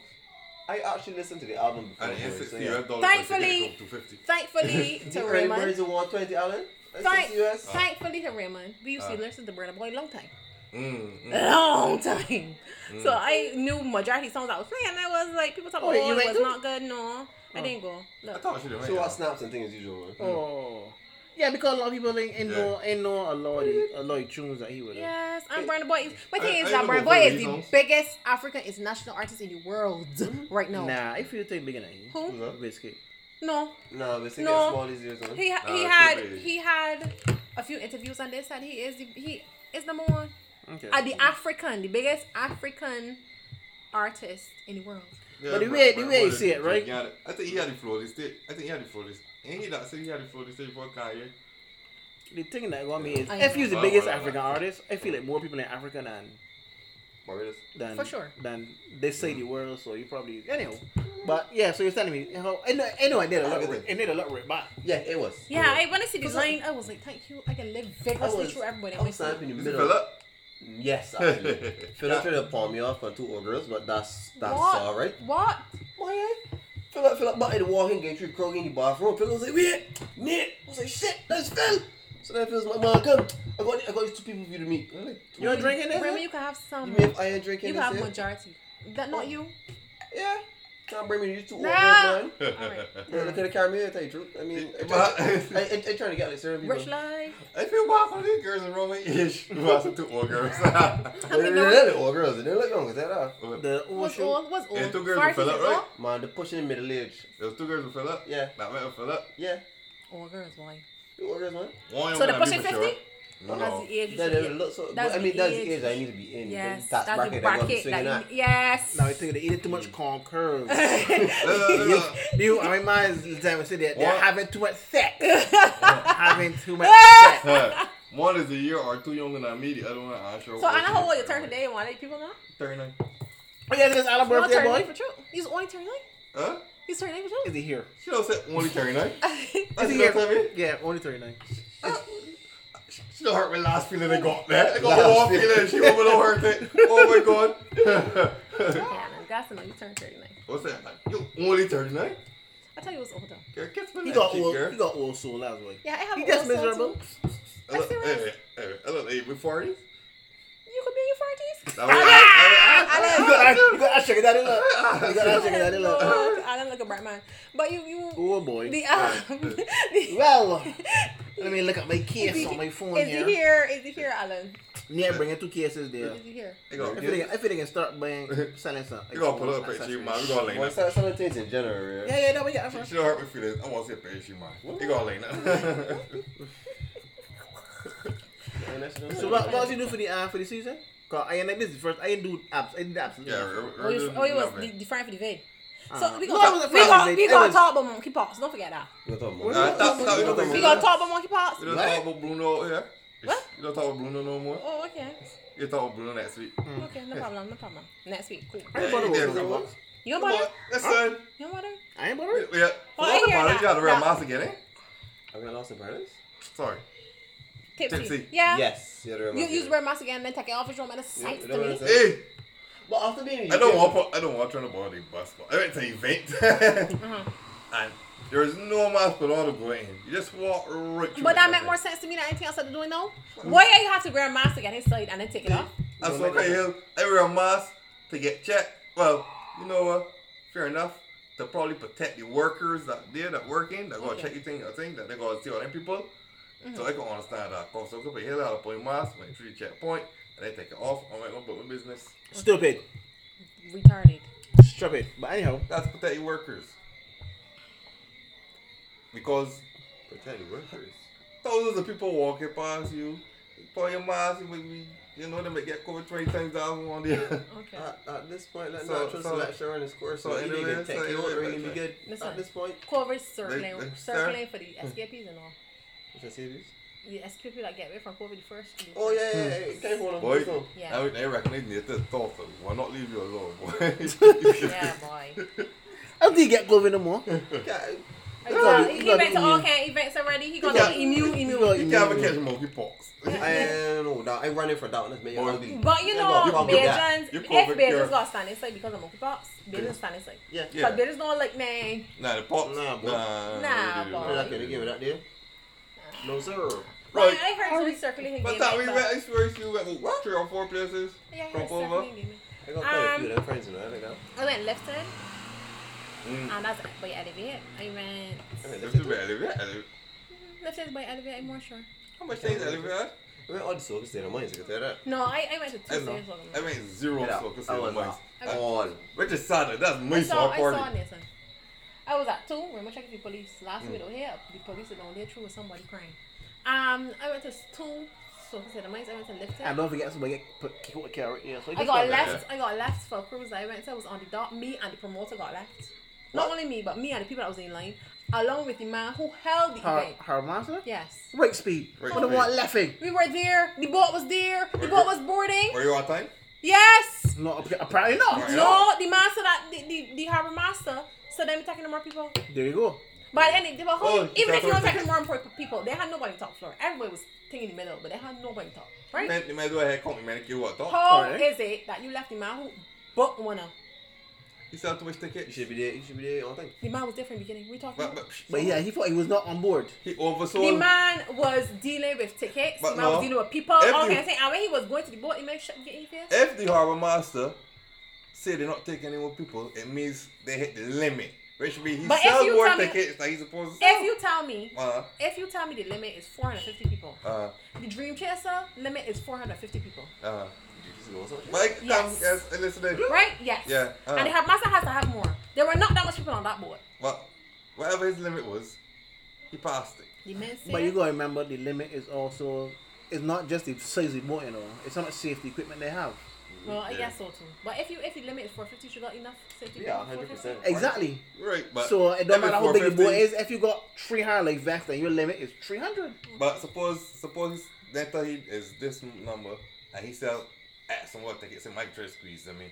S4: I actually listened to the album before.
S2: And it's
S4: so
S2: 60
S4: yeah.
S2: US dollars.
S3: Thankfully-
S2: Two fifty. <laughs>
S3: Thankfully
S4: The
S3: to
S4: early
S3: Raymond.
S4: birds are 120 Alan.
S3: Thank,
S4: That's six US.
S2: Oh,
S3: thankfully to Raymond. We used to
S2: Uh.
S3: listen to Burna Boy long time.
S2: Mm.
S3: <laughs>
S2: mm.
S3: Long time. So I knew majority songs I was playing. I was like, people talk
S1: Oh,
S3: about, oh,
S1: you
S3: it
S1: went
S3: was
S1: too?
S3: not good. No, I didn't go.
S2: Oh. I
S3: Look.
S2: thought she did.
S4: So what snaps and things as usual. man.
S1: Oh. Yeah, because a lot of people ain't, ain't know ain't know a lot of the, a lot of tunes that he would have.
S3: Yes, and Burna Boy is. My
S2: I-
S3: thing
S2: I
S3: is that
S2: even
S3: Burna
S2: go for
S3: Boy is
S2: these
S3: the
S2: songs.
S3: biggest African is national artist in the world <laughs> right now.
S1: Nah, if you think bigger than him,
S3: Who?
S1: Biscuit.
S3: No,
S4: No, but singing
S3: No.
S4: small is yours. man.
S3: he ha-
S2: Nah,
S3: he
S2: it's
S3: had
S2: too big.
S3: he had a few interviews on this, and he is the, he is number one.
S1: Okay.
S3: Uh, the African, the biggest African artist in the world.
S1: But the way- the way you see it, right?
S2: I think he had the flow this state. I think he had the flow this. Ain't he that said he had the flow this state before Kanye?
S1: The thing that got me is
S3: I
S1: if
S3: know.
S1: you're the
S2: Wow,
S1: biggest
S2: wow, wow.
S1: African artist, I feel like more people in Africa than
S4: Barbados.
S1: than
S3: For sure.
S1: than they say the world. So you probably anyhow. But yeah, so you're telling me, you know, I know, I know, I did a lot, with- I did a lot right back.
S4: Yeah, it was.
S3: Yeah, I when I see this
S4: Cause I-
S3: line, I was like, thank you. I can live
S4: I
S3: vigorously
S4: was-
S3: through everybody.
S4: I was
S3: Like,
S4: snapped in the
S2: Is it
S4: middle.
S2: Philip?
S4: Yes, actually.
S2: <laughs>
S4: Philip tried to palm me off on two ogres, but that's that's
S3: what?
S4: alright.
S3: What?
S4: Why? eh? Philip, Philip, but in walking, getting through Kroger in the bathroom. Philip was like, "Wait, mate." I was like, "Shit, that's Phil." So then Philip's like, "Man, come, I got, I got these two people for you to meet." I'm like, two
S1: You
S4: people?
S1: not drinking this?
S3: Raymond, you can have some.
S4: You
S3: You,
S4: mean if I ain't drinking
S3: can have
S4: this? yeah?
S3: majority. That
S4: Oh.
S3: not you?
S4: Yeah. Can't bring me these two
S3: Nah.
S4: ogres, man.
S3: Alright.
S2: <laughs>
S4: Yeah, they could have carried me. I tell you the truth. I mean, I
S2: But-
S4: I, I, I trying to get like certain people.
S3: Rich life.
S2: I feel bad for these girls in Roma. <laughs> Ish, who has two old girls. <laughs>
S3: I mean,
S4: They're
S3: no.
S4: little old girls. They look young as that. Are.
S1: The
S3: Was
S1: ocean.
S3: old. Was old.
S2: It's two girls
S3: Far
S2: and fella,
S3: as it's
S2: right?
S4: Man, they're pushing the middle age.
S2: There was two girls with Philip.
S4: Yeah.
S2: That went with Philip.
S4: Yeah,
S3: all. Old girls, why?
S4: two old girls, man.
S2: One young
S3: So they're
S2: man, I'm
S3: pushing
S2: pretty
S3: 50?
S2: Sure.
S3: That's
S2: No.
S3: the age. you
S4: That
S3: should
S4: is
S3: be-
S4: Oh. look so.
S3: That's
S4: I mean,
S3: the
S4: that's
S3: age.
S4: the age I need to be in.
S3: Yes,
S4: that's,
S3: that's
S4: that's
S3: the
S4: bracket. I got to
S3: bracket
S4: swing
S3: that
S4: that.
S3: you, yes.
S1: Now
S3: <laughs>
S1: I
S2: <laughs>
S1: think they eat too much calm curves.
S2: No, no, no.
S1: you, I mean, mine's the time I said that they're
S2: What?
S1: having too much sex.
S3: <laughs>
S1: having too much sex.
S2: Huh. <laughs> One is a year or two younger than me. The other one, I'm sure.
S3: So I know how old you turn today. Why let people know?
S2: 39.
S1: Oh yeah, this is Alan
S3: You don't
S1: birthday
S3: turn nine for
S1: boy.
S3: true. He's only turn nine.
S2: Huh?
S3: He's turn nine for <laughs>
S1: Is he here?
S2: She don't say only 39.
S3: true.
S1: Is
S2: That's
S1: he
S2: what I'm
S1: here?
S2: saying.
S1: Yeah, only thirty nine.
S2: She don't hurt my last feeling I got, man. I got
S4: Last
S2: one
S4: feeling.
S2: feeling. She over don't hurt it. Oh my god. <laughs>
S3: yeah, man, that's the night you turn thirty nine.
S2: What's that? Like, you only 39?
S3: I thought you was older.
S2: Girl, kiss me.
S1: He got
S2: cheek,
S1: old.
S2: girl.
S1: He got old soul last week.
S3: Yeah, I have.
S1: He
S3: an
S1: gets
S3: old soul
S1: miserable.
S3: too.
S2: I look,
S3: serious?
S2: wait, wait, wait, wait. I look like mid 40s.
S3: You could be in your forties.
S2: That way, I- I- I-
S1: You got you got that sugar daddy look.
S3: <laughs>
S1: You got <laughs> that sugar daddy look.
S3: I don't look a bright man, but you you
S1: Oh
S3: <laughs>
S1: boy.
S3: the um the-
S1: Well,
S3: <laughs>
S1: let me look at my case
S3: Is
S1: on
S3: he-
S1: my phone
S3: is
S1: here.
S3: he here? Is he here, Alan?
S1: Yeah, bringing two cases there.
S3: Is he here?
S2: I got-
S1: If they, if they can start buying, selling some.
S2: You gotta pull up a picture, you man. We gotta link
S4: Well,
S2: that.
S4: some, some of the things in general,
S1: Yeah,
S4: yeah.
S1: yeah, no, we got
S2: She,
S1: that.
S2: she don't hurt my feelings. I want to see a picture, you man. You gotta link that.
S4: And that's what I'm
S1: So
S4: saying.
S1: what, what else you do for the uh, for the season? Cause I ain't like this is the first. I ain't do abs. I did abs.
S2: yeah,
S1: Uh,
S2: we're,
S3: Oh,
S2: we're
S3: he was,
S2: doing
S3: oh, he was
S2: nothing.
S3: de- defined for the vid.
S1: Uh,
S3: So we
S1: no, I
S3: gonna
S1: was
S3: talk,
S1: a
S3: we
S1: fan
S3: gonna,
S1: of it.
S3: we
S1: It
S3: gonna
S1: was-
S3: talk about monkey pox. Don't forget that.
S4: We're talking about-
S1: What?
S2: Uh, stop, stop, you don't
S4: We
S3: We
S2: talk
S3: gonna
S2: about-
S3: talk about monkey pox.
S2: you don't talk about Bruno out here.
S3: What?
S2: You don't talk about Bruno no more.
S3: Oh, okay,
S2: You talk about Bruno next week.
S1: Hmm.
S3: okay, no problem, no problem. Next week, cool.
S1: I ain't bother
S2: Yeah,
S1: with
S2: come
S1: it.
S2: on.
S3: You don't
S2: Come
S3: bother?
S2: on, listen.
S3: You don't bother?
S1: I ain't
S2: Yeah,
S1: bothered.
S2: yeah.
S3: Well,
S2: Forgot
S3: I hear
S2: about it.
S3: that.
S2: You got the real
S3: That-
S2: mask again, eh?
S4: I got lost in Paris?
S2: Sorry.
S3: Tipsy.
S2: Tipsy.
S3: Yeah.
S4: Yes. Yeah,
S3: You use red mask again, then take it off. It's romantic sights
S4: Yeah,
S3: to me.
S4: that's-
S2: Hey,
S4: But after being in
S2: I don't
S4: UK,
S2: want pro- I don't want to try to borrow the bus, but I went to an event <laughs>
S3: Mm-hmm.
S2: and there is no mask for all to go in. You just walk right through.
S3: But
S2: the
S3: that make
S2: building.
S3: more sense to me than anything else that they're doing now. Why you have to wear a mask to get inside and then take it off?
S2: I
S4: You
S2: saw
S4: don't like
S2: Clay Hill. I wear a mask to get checked. Well, you know what? Fair enough. To probably protect the workers that there that working, that gonna
S3: Okay.
S2: check you thing, I think that they gonna see all them people. So I can understand that. Cause so Clay Hill had a point mask, went through the checkpoint, and they take it off. I'm like, I'm about my business.
S1: Stupid.
S3: Retarded.
S1: Stupid. But anyhow,
S2: That's protect your workers. Because
S4: Pretend workers.
S2: thousands of people walking past you, you pull your mask, you make me, you know, they may get COVID twenty times thousand one day. <laughs>
S3: Okay.
S4: At, at this point, that
S2: So-
S4: natural
S2: so-
S4: selection run its course, so,
S2: so
S4: so either
S2: anyway,
S4: you take
S2: so
S4: it or
S2: anyway,
S4: really be
S2: like-
S4: good
S3: Listen.
S4: at this point.
S3: COVID circling,
S2: They- they-
S3: circling for the escapees and all.
S4: Which I see this.
S3: The escapees that get away from COVID first.
S4: Oh yeah, yeah, yeah. yeah. Can't hold on.
S2: Boy,
S4: hold <laughs> on.
S3: Yeah.
S2: I would never recognize me at the thought of why not leave you alone, boy. <laughs>
S3: Yeah, boy.
S1: I don't think you get COVID
S3: <laughs>
S1: no more.
S4: Can't-
S1: gotta-
S3: he
S1: you
S3: he
S1: gotta
S3: went to
S1: do
S3: all
S1: you.
S3: kind of events already. He
S1: Yeah.
S3: got to immune,
S1: You
S3: immune.
S1: know,
S2: you
S1: you
S2: can't
S1: know.
S2: even catch monkeypox.
S4: I don't know. Nah, I run it for darkness, man.
S2: Boy.
S4: I'll be-
S3: But you
S4: Yeah,
S3: know,
S4: but you can't do that.
S3: Bajans,
S2: You
S3: if
S2: COVID cure.
S3: Bajans got stand inside because of monkeypox, Bajans stand inside.
S4: Yeah.
S2: Yeah.
S3: But Bajans don't like me.
S2: Nah, the pox.
S4: Nah, boy.
S2: Nah,
S3: Nah, boy.
S2: we do
S4: You're
S2: that.
S4: not gonna give it that deal. No sir.
S3: Right.
S2: Right.
S3: I heard somebody circling him.
S2: But that we went, I swear you went what, three or four places.
S3: Yeah, I heard
S2: Crop over.
S3: circling him.
S4: I got quite a few
S3: Um,
S4: of them friends, you know. I like that.
S3: I went left turn,
S2: Mm.
S3: and that's by Elevate. I went
S4: I mean,
S2: This is
S4: listen to-
S2: bad, this is bad.
S3: left turn is by Elevate. I'm more sure.
S2: How much things have you had?
S4: I mean, all the circus did a mind, so I can tell that.
S3: No, I, I went to two
S2: I
S3: stages.
S2: know.
S3: on
S2: I
S3: them.
S2: mean zero
S4: Yeah,
S2: focus
S4: I
S2: on
S4: was
S2: mice.
S4: out. All.
S2: Which is sad. That's
S3: I
S2: mice
S3: saw,
S2: or
S3: I saw
S2: party.
S3: Nathan. I was at two. Remember checking the police last week over here. The police were down there through with somebody crying. Um, I went to two. So I said, I might I went to left
S1: And
S3: turn.
S1: don't forget somebody get put kick with carrot here. So you
S3: I
S1: just
S3: got
S1: like that.
S3: left. I got left for a cruise that I went to. I was on the dock. Me and the promoter got left. Not only me, but me and the people that was in line, along with the man who held the
S1: Her
S3: event.
S1: her master?
S3: Yes.
S1: Right speed.
S2: Right
S1: on the
S2: speed.
S1: one laughing.
S3: We were there. The boat was there. The
S2: Were
S3: boat
S2: you-
S3: was boarding.
S2: Were you on time?
S3: Yes.
S1: No, ap- apparently not.
S2: Right.
S3: No, the master that the the, the harbor master. So they were talking to more people.
S1: There you go.
S3: But any, but whole,
S2: Oh,
S3: even
S2: that's
S3: if you
S2: what
S3: were
S2: I'm
S3: talking to more important people, they had nobody top floor. Everybody was thinking in the middle, but they had nobody top. Right?
S2: Man, you might as well have come, man. You what? Talk.
S3: How
S1: Alright.
S3: is it that you left the man who booked one of?
S2: You sell too much ticket.
S4: You should be there. You should be there on time.
S3: The man was different beginning. We talking.
S2: But, but,
S1: But yeah, he thought he was not on board.
S2: he
S3: The
S2: oversold.
S3: man was dealing with tickets.
S2: But
S3: the man
S2: no.
S3: was dealing with people.
S2: If
S3: All
S2: you-
S3: kinds of things. And when he was going to the boat, he made sure get in face.
S2: If the harbor master say they not taking any more people, it means they hit the limit. Which means he
S3: But if
S2: sells
S3: you
S2: more
S3: tell me-
S2: tickets than he's supposed to.
S3: If you tell me,
S2: uh,
S3: if you tell me the limit is 450 people,
S2: uh,
S3: the Dream Chaser limit is 450 people.
S2: uh.
S4: This is going something.
S2: But I-
S3: Yes.
S2: um, yes, listen.
S3: Right? Yes.
S2: Yeah, uh.
S3: And the harbor master has to have more. There were not that much people on that boat.
S2: Well, whatever his limit was, he passed it.
S3: The men
S1: But you
S3: said-
S1: gotta remember the limit is also it's not just the size of the boat, you know. It's how much safety equipment they have.
S3: Well, I
S2: Yeah.
S3: guess so too. But if you if the limit is 450, you got enough safety.
S4: Yeah,
S3: for
S4: 100%.
S3: 450?
S1: Exactly.
S2: Right, but
S1: so it don't
S2: every
S1: matter how big the boat
S2: 450
S1: is, if you got three hundred like Vex, then your limit is three hundred.
S2: But suppose suppose they thought he is this number and he sell at some more tickets and might try to squeeze them in.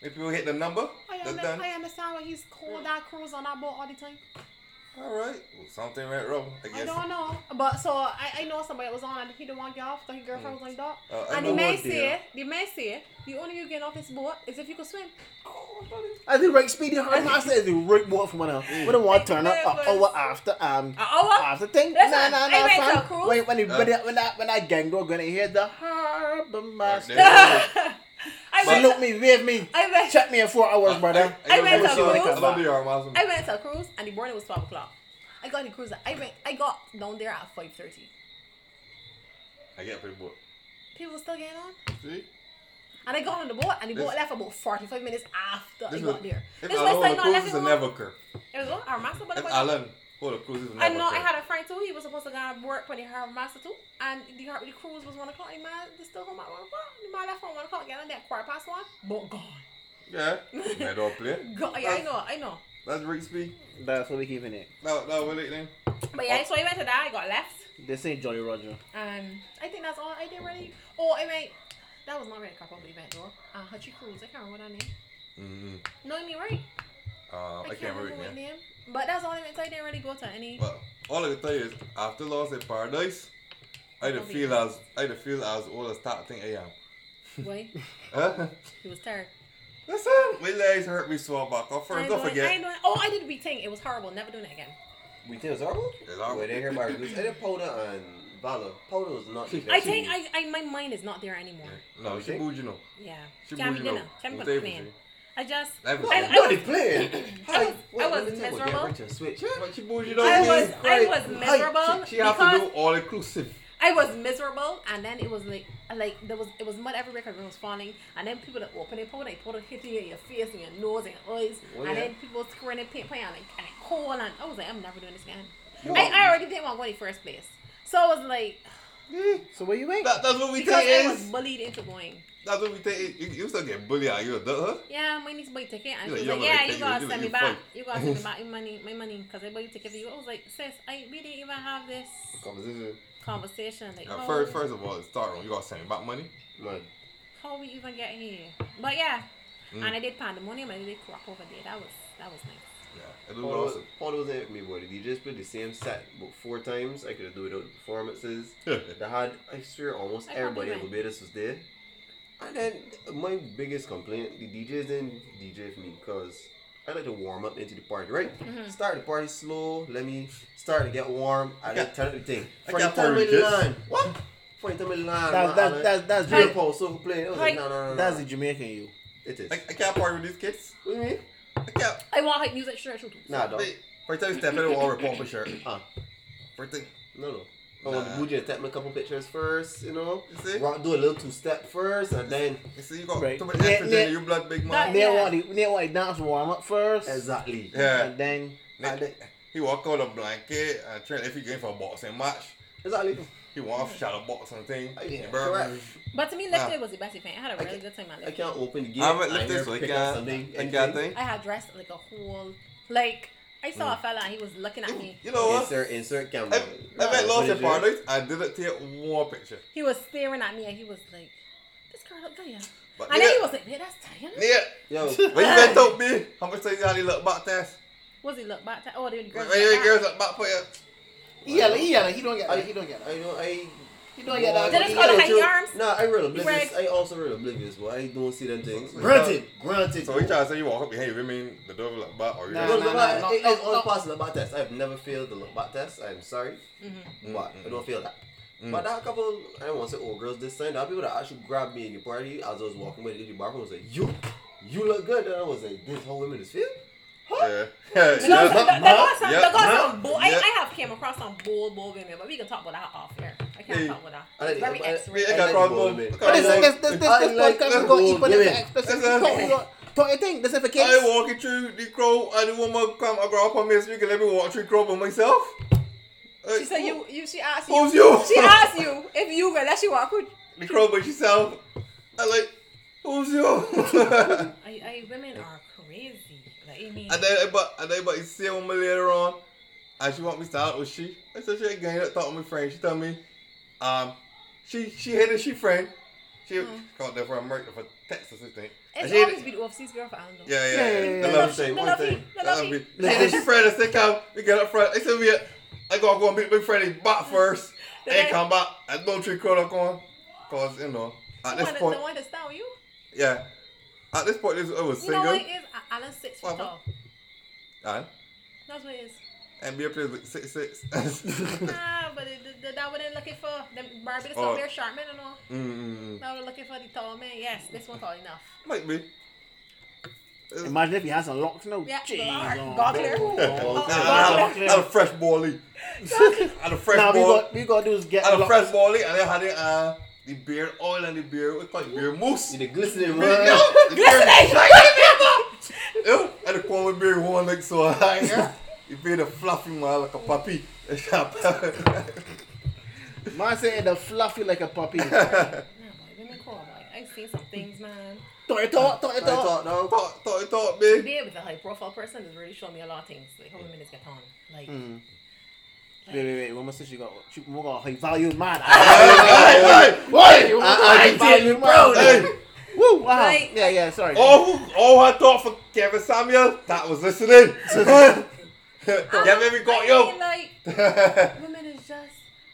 S2: If people hit the number,
S3: I,
S2: that's
S3: under,
S2: done.
S3: I understand why he's called that cruise on that boat all the time.
S2: All right, well, something went wrong. I guess.
S3: I don't know. But so I, I know somebody was on and he didn't want to get off, so his girlfriend was like that.
S2: Uh, I
S3: and
S2: know
S3: the man
S2: one deal.
S3: said, the man said, the only way you get off this boat is if you could swim.
S1: I think right speedy hard master is the right boat for one now. We don't want to turn up an hour after um
S3: An
S2: Ah,
S3: <laughs> hour?
S1: after thing.
S3: Uh, Listen,
S1: nah nah
S3: I
S1: nah
S3: went to a
S1: fam.
S3: cruise.
S1: When when, the, when,
S2: Uh.
S1: that- when that when that gang door gonna hear the harbor master.
S2: Right
S3: I went,
S1: Salute
S3: to,
S1: me, wave me.
S3: I went,
S1: Check me in four hours, brother.
S3: I- I went
S1: to
S2: saw-
S1: Cruise.
S2: I love the arm, awesome.
S3: I went to a cruise and the morning was 12 o'clock. I got the cruise. I went. I got down there at 5:30.
S2: I get pretty bored.
S3: People were still getting on.
S2: See?
S3: And I got on the boat, and the
S2: This-
S3: boat left about 45 minutes after I
S2: This
S3: got
S2: was-
S3: there.
S2: If
S3: This was
S2: Alan
S3: like
S2: hold a
S3: not
S2: cruise,
S3: left
S2: it's a
S3: in
S2: never occur.
S3: It was on our master, but
S2: If
S3: but-
S2: Alan hold a cruise, it's a never
S3: I know I
S2: occur.
S3: had a friend too. He was supposed to go and work for the Harvard Master too, and the, har- the cruise was one o'clock. The man they still home at one o'clock. The man left home one o'clock. Get on there quarter past one. But gone. <laughs>
S2: Yeah. Mad dog play.
S3: Go, yeah, I know, I know.
S2: That's Rick speak.
S1: That's what we keeping it.
S2: No, no, what it then?
S3: But yeah, so I went to that. I got left,
S1: This ain't Jolly Roger.
S3: and I think that's all I did really. Oh, I went. That was not really a couple event though. Uh, Hutchie Cruise. I can't remember that name.
S2: Mm-hmm.
S3: Know what I mean, right?
S2: Uh, I can't remember
S3: what
S2: it now.
S3: name. But that's all I went. to. I didn't really go to any. <laughs>
S2: But all I can tell you is, after Lost in Paradise, I didn't feel as I didn't feel as old as that thing I am. <laughs>
S3: Why?
S2: Huh?
S3: He was tired.
S2: Listen, my legs hurt me so I'm back off
S3: I
S2: <laughs> first.
S3: ain't
S2: Don't
S3: doing- I ain't doing-
S2: forget.
S3: oh, I did a wee thing. It was horrible. Never doing it again.
S4: We think it's horrible?
S2: It's horrible.
S4: Wait, they hear about Goose. I did Poda Er and Valor. Poda was not the best.
S3: I think I, I my mind is not there anymore.
S2: No, she
S4: Okay.
S2: bougie no.
S3: Yeah.
S2: She
S3: Can't
S2: bougie
S3: be
S2: no.
S3: dinner. Can't be
S2: What
S3: gonna
S2: they
S3: plan.
S2: bougie?
S3: I just I,
S2: That was-
S3: I,
S4: Nobody
S3: was,
S4: playing.
S3: I was-
S4: What-
S3: I
S4: what
S3: was
S4: the table?
S3: miserable.
S4: Get rich and switch.
S2: But she bougie no.
S3: I
S4: Okay.
S3: was I
S4: Right.
S3: was
S4: Right.
S3: miserable
S2: She have to do
S3: because
S2: all inclusive.
S3: I was miserable and then it was like like there was it was mud everywhere because it was falling and then people that open it, pull they pull it hitting you in your face and your nose and your eyes
S4: Oh,
S3: and
S4: yeah.
S3: then people screaming and paint playing and like and it cold and I was like I'm never doing this again. I,
S4: You want-
S3: I already didn't want to go in the first place. So I was like
S1: So where you at?
S2: That, that's what we
S3: because
S2: think
S3: I was
S2: is.
S3: bullied into going.
S2: That's what we think. is- You, you still get bullied out. You a duh, huh?
S3: Yeah, my niece bought a ticket, and
S2: You're
S3: she was
S2: like,
S3: like, "Yeah,
S2: "You're gonna
S3: you
S2: take it,
S3: gotta
S2: you're
S3: send me
S2: gonna
S3: back.
S2: fight."
S3: You gotta send me back my money, my money, because I bought you ticket for you." I was like, "Sis, I we didn't even have this
S4: Conversation.
S3: conversation. Like,
S2: Now,
S3: how,
S2: first, first of all, it's start wrong. You gotta send me back money.
S4: Man.
S3: how we even get here?" But yeah,
S2: Mm.
S3: and I did pandemonium. I did crop over there. That was that was nice.
S2: Yeah, it was
S4: Paul was,
S2: awesome.
S4: Paul was at me, boy. He just played the same set about four times. I could have do it out the performances.
S2: <laughs> Yeah.
S4: They had, I swear, almost
S3: I
S4: everybody at
S3: probably
S4: Barbados was there. And then my biggest complaint, the DJs didn't DJ for me because I like to warm up into the party, right? Start the party slow. Let me start to get warm. I
S2: Yeah.
S4: like turn up the thing.
S2: I
S4: From the
S2: can't
S4: time
S2: party
S4: I
S2: with this.
S4: line, what? From the time I line,
S1: That's
S4: man,
S1: that's
S4: I
S1: that's that's,
S4: like,
S1: Jama-
S4: Jay Paul so complaining. I was like,
S3: Hi.
S4: no, no, no,
S1: that's
S4: no.
S1: the Jamaican you.
S4: it is.
S2: I, I can't party with these kids.
S4: what do you mean?
S2: I can't.
S3: I want hype music shirt. too.
S4: Nah, dog.
S2: Wait, by the time you step in, I'll report my shirt.
S4: Ah.
S2: By the time,
S4: No, no. I want
S2: Nah.
S4: to Gucci and take me a couple pictures first, you know.
S2: You see?
S4: Rock, do a little two step first, and then
S2: you see, you got
S1: Right.
S2: too much
S1: Yeah,
S2: estrogen
S1: yeah.
S2: in your blood, big
S3: That-
S2: man.
S1: They
S3: Yeah.
S1: want the they want the dance warm up first,
S4: exactly.
S2: Yeah.
S1: and then
S4: And then,
S2: He walk out a blanket and train. If he going for a boxing match,
S4: exactly.
S2: he want to shadow box and thing.
S3: Oh,
S4: Yeah,
S2: You burn-
S4: correct.
S3: But to me, Lifted
S2: Nah.
S3: was the best event. I had a
S4: I
S3: really
S4: can't-
S3: good time at
S4: I
S3: Lifted.
S4: can't open the gate.
S2: I haven't
S4: I
S2: lifted,
S4: hear
S2: so I
S4: pick up
S2: can't.
S4: something,
S2: I can't
S4: anything.
S2: think.
S3: I had dressed like a whole like. I saw a fella and he was looking at me.
S2: You know what?
S4: Insert, insert camera.
S2: I, I met lost in
S4: Footage, yeah.
S2: paradise. I didn't take one picture.
S3: He was staring at me and he was like, "This girl look good, yeah."
S2: But
S3: And then he was like, yeah, that's Diana.
S2: Yeah. <laughs>
S4: Yo,
S2: When you went out, me, how much time you had to look back test?
S3: Was he look back? To, oh, the
S2: When
S3: girls.
S2: you
S3: look
S2: girls
S3: <laughs> back.
S2: look back for you.
S1: he yelling, he yelling, he don't get
S4: I-
S1: that, he don't get that,
S4: I know I.
S1: he don't get
S3: Then it's
S1: that.
S3: called
S4: Yeah,
S3: hang
S4: true.
S3: your arms.
S4: Nah, I read oblivious.
S3: Greg.
S4: I also read oblivious, but I don't see them things.
S2: So-
S4: Granted, granted.
S2: So he trying to say you walk up behind you, mean the door look back or you
S1: Nah,
S4: No,
S2: just-
S4: no,
S1: nah,
S4: no,
S1: nah, no,
S4: it-
S1: no,
S4: it's all
S1: no.
S4: past the look test. I've never failed the look test. I'm sorry,
S3: Mm-hmm.
S4: but I don't feel that.
S2: Mm-hmm.
S4: But there are a couple, I don't want to say old girls this time. There are people that actually grabbed me in the party as I was walking by the bathroom and was like, "You, you look good." And I was like, "This whole women is feel."
S2: Yeah. Yeah.
S3: The girls- the- the
S4: Yeah.
S3: girls some- the
S2: Yeah.
S3: girls some bo- I
S2: Yeah.
S3: I have came across some bold, bold women, but we can talk about that off here. I
S2: Hey.
S3: can't talk about
S4: I
S3: that. It's
S4: like-
S3: Very
S4: I-
S2: Me,
S3: X-rated.
S2: I
S4: I
S2: got
S4: like
S2: problem.
S4: bold, man.
S2: I
S1: But this
S2: got
S1: this
S2: problem.
S1: this this,
S4: I
S1: this
S4: like
S1: podcast
S4: the
S1: is going
S4: whole
S1: equally
S4: women.
S1: explicit.
S2: That's
S1: Talk
S2: a-
S1: your talk your thing. This is for
S2: I
S1: kids.
S2: walking through the crowd and the woman come across on me so you can let me walk through the crowd by myself?
S3: She said you, you. She asked you.
S2: Who's you?
S3: She asked you if you gonna let you walk with.
S2: The crowd by yourself. I like, who's you? <laughs>
S3: I, I women are crazy. Like I mean,
S2: And then, I but and then, but you see a woman later on, and she want me to start out with she. I said she ain't going to talk with my friend. She tell me, um, she she hated she friend. She she called that for America for Texas, I think.
S3: Hmm.
S2: And
S3: it's
S2: she hated-
S3: always been the overseas girl for Anglo.
S2: yeah, yeah,
S1: Yeah,
S2: yeah.
S1: yeah, yeah.
S2: I
S4: One
S2: love
S4: thing,
S3: No,
S4: one
S3: love you.
S4: thing.
S3: No,
S2: I
S3: love
S2: love
S3: you.
S2: it. She hated she friend. I said come, we get up front. I said we. I gotta go and meet my friend. He back
S3: <laughs>
S2: first.
S3: The
S2: Ain't
S3: man-
S2: come back. I don't treat up on, cause you know at
S3: The
S2: this
S3: one that-
S2: point,
S3: the one that's down with you.
S2: yeah, at this point, this I was
S3: You know
S2: single
S3: what it is? A- Alan six foot
S2: What
S3: tall.
S2: happened? and
S3: That's what it is.
S2: NBA players like six <laughs> six.
S3: Nah, Ah, but it, the, the, that what they're looking for. Them Barbados
S2: Oh.
S3: oh. there, sharp men and all.
S2: Mm,
S3: Now we're looking for the tall man. Yes, this one's tall enough.
S2: might be. Uh,
S1: Imagine if he has some locks now.
S3: Yeah,
S1: Jeez,
S3: Lord,
S1: oh,
S3: God
S1: man.
S3: clear.
S1: Oh,
S2: nah,
S1: God. God
S2: I had
S1: clear.
S2: a- I had a fresh <laughs> ballie. I had a fresh
S1: Now we
S2: ball.
S1: got we got to do is get
S2: I had a
S1: locks.
S2: fresh ballie, and I had it, uh, the beer oil and the beer. What call it? Beer mousse.
S4: See the glistening
S2: Beer-
S4: one.
S2: yo, the beer-
S3: Glistening! <laughs>
S2: Yo, I had a corn with beer one like so <laughs> high. yeah. You made a fluffy man like a puppy. <laughs>
S1: Man said the fluffy like a puppy.
S3: Nah, boy, women cool, boy. I seen some things, man.
S1: Talk it talk, talk
S4: I
S1: it talk.
S4: thought, no.
S2: Talk, talk, talk, man.
S3: Being with a high profile person has really shown me a lot of things. Like how women is get on. Like,
S1: Mm.
S3: like
S1: Wait, wait, wait. Woman said she got she woman got high value man.
S2: <laughs> Hey, hey,
S1: What?
S4: I- I did it, bro.
S2: hey, hey.
S1: Woo! Wow.
S3: Like-
S1: yeah, yeah. Sorry.
S2: Oh, oh, I thought for Kevin Samuel, that was <laughs> listening. Kevin, we
S3: I
S2: got
S3: mean, like
S2: you.
S3: women is just.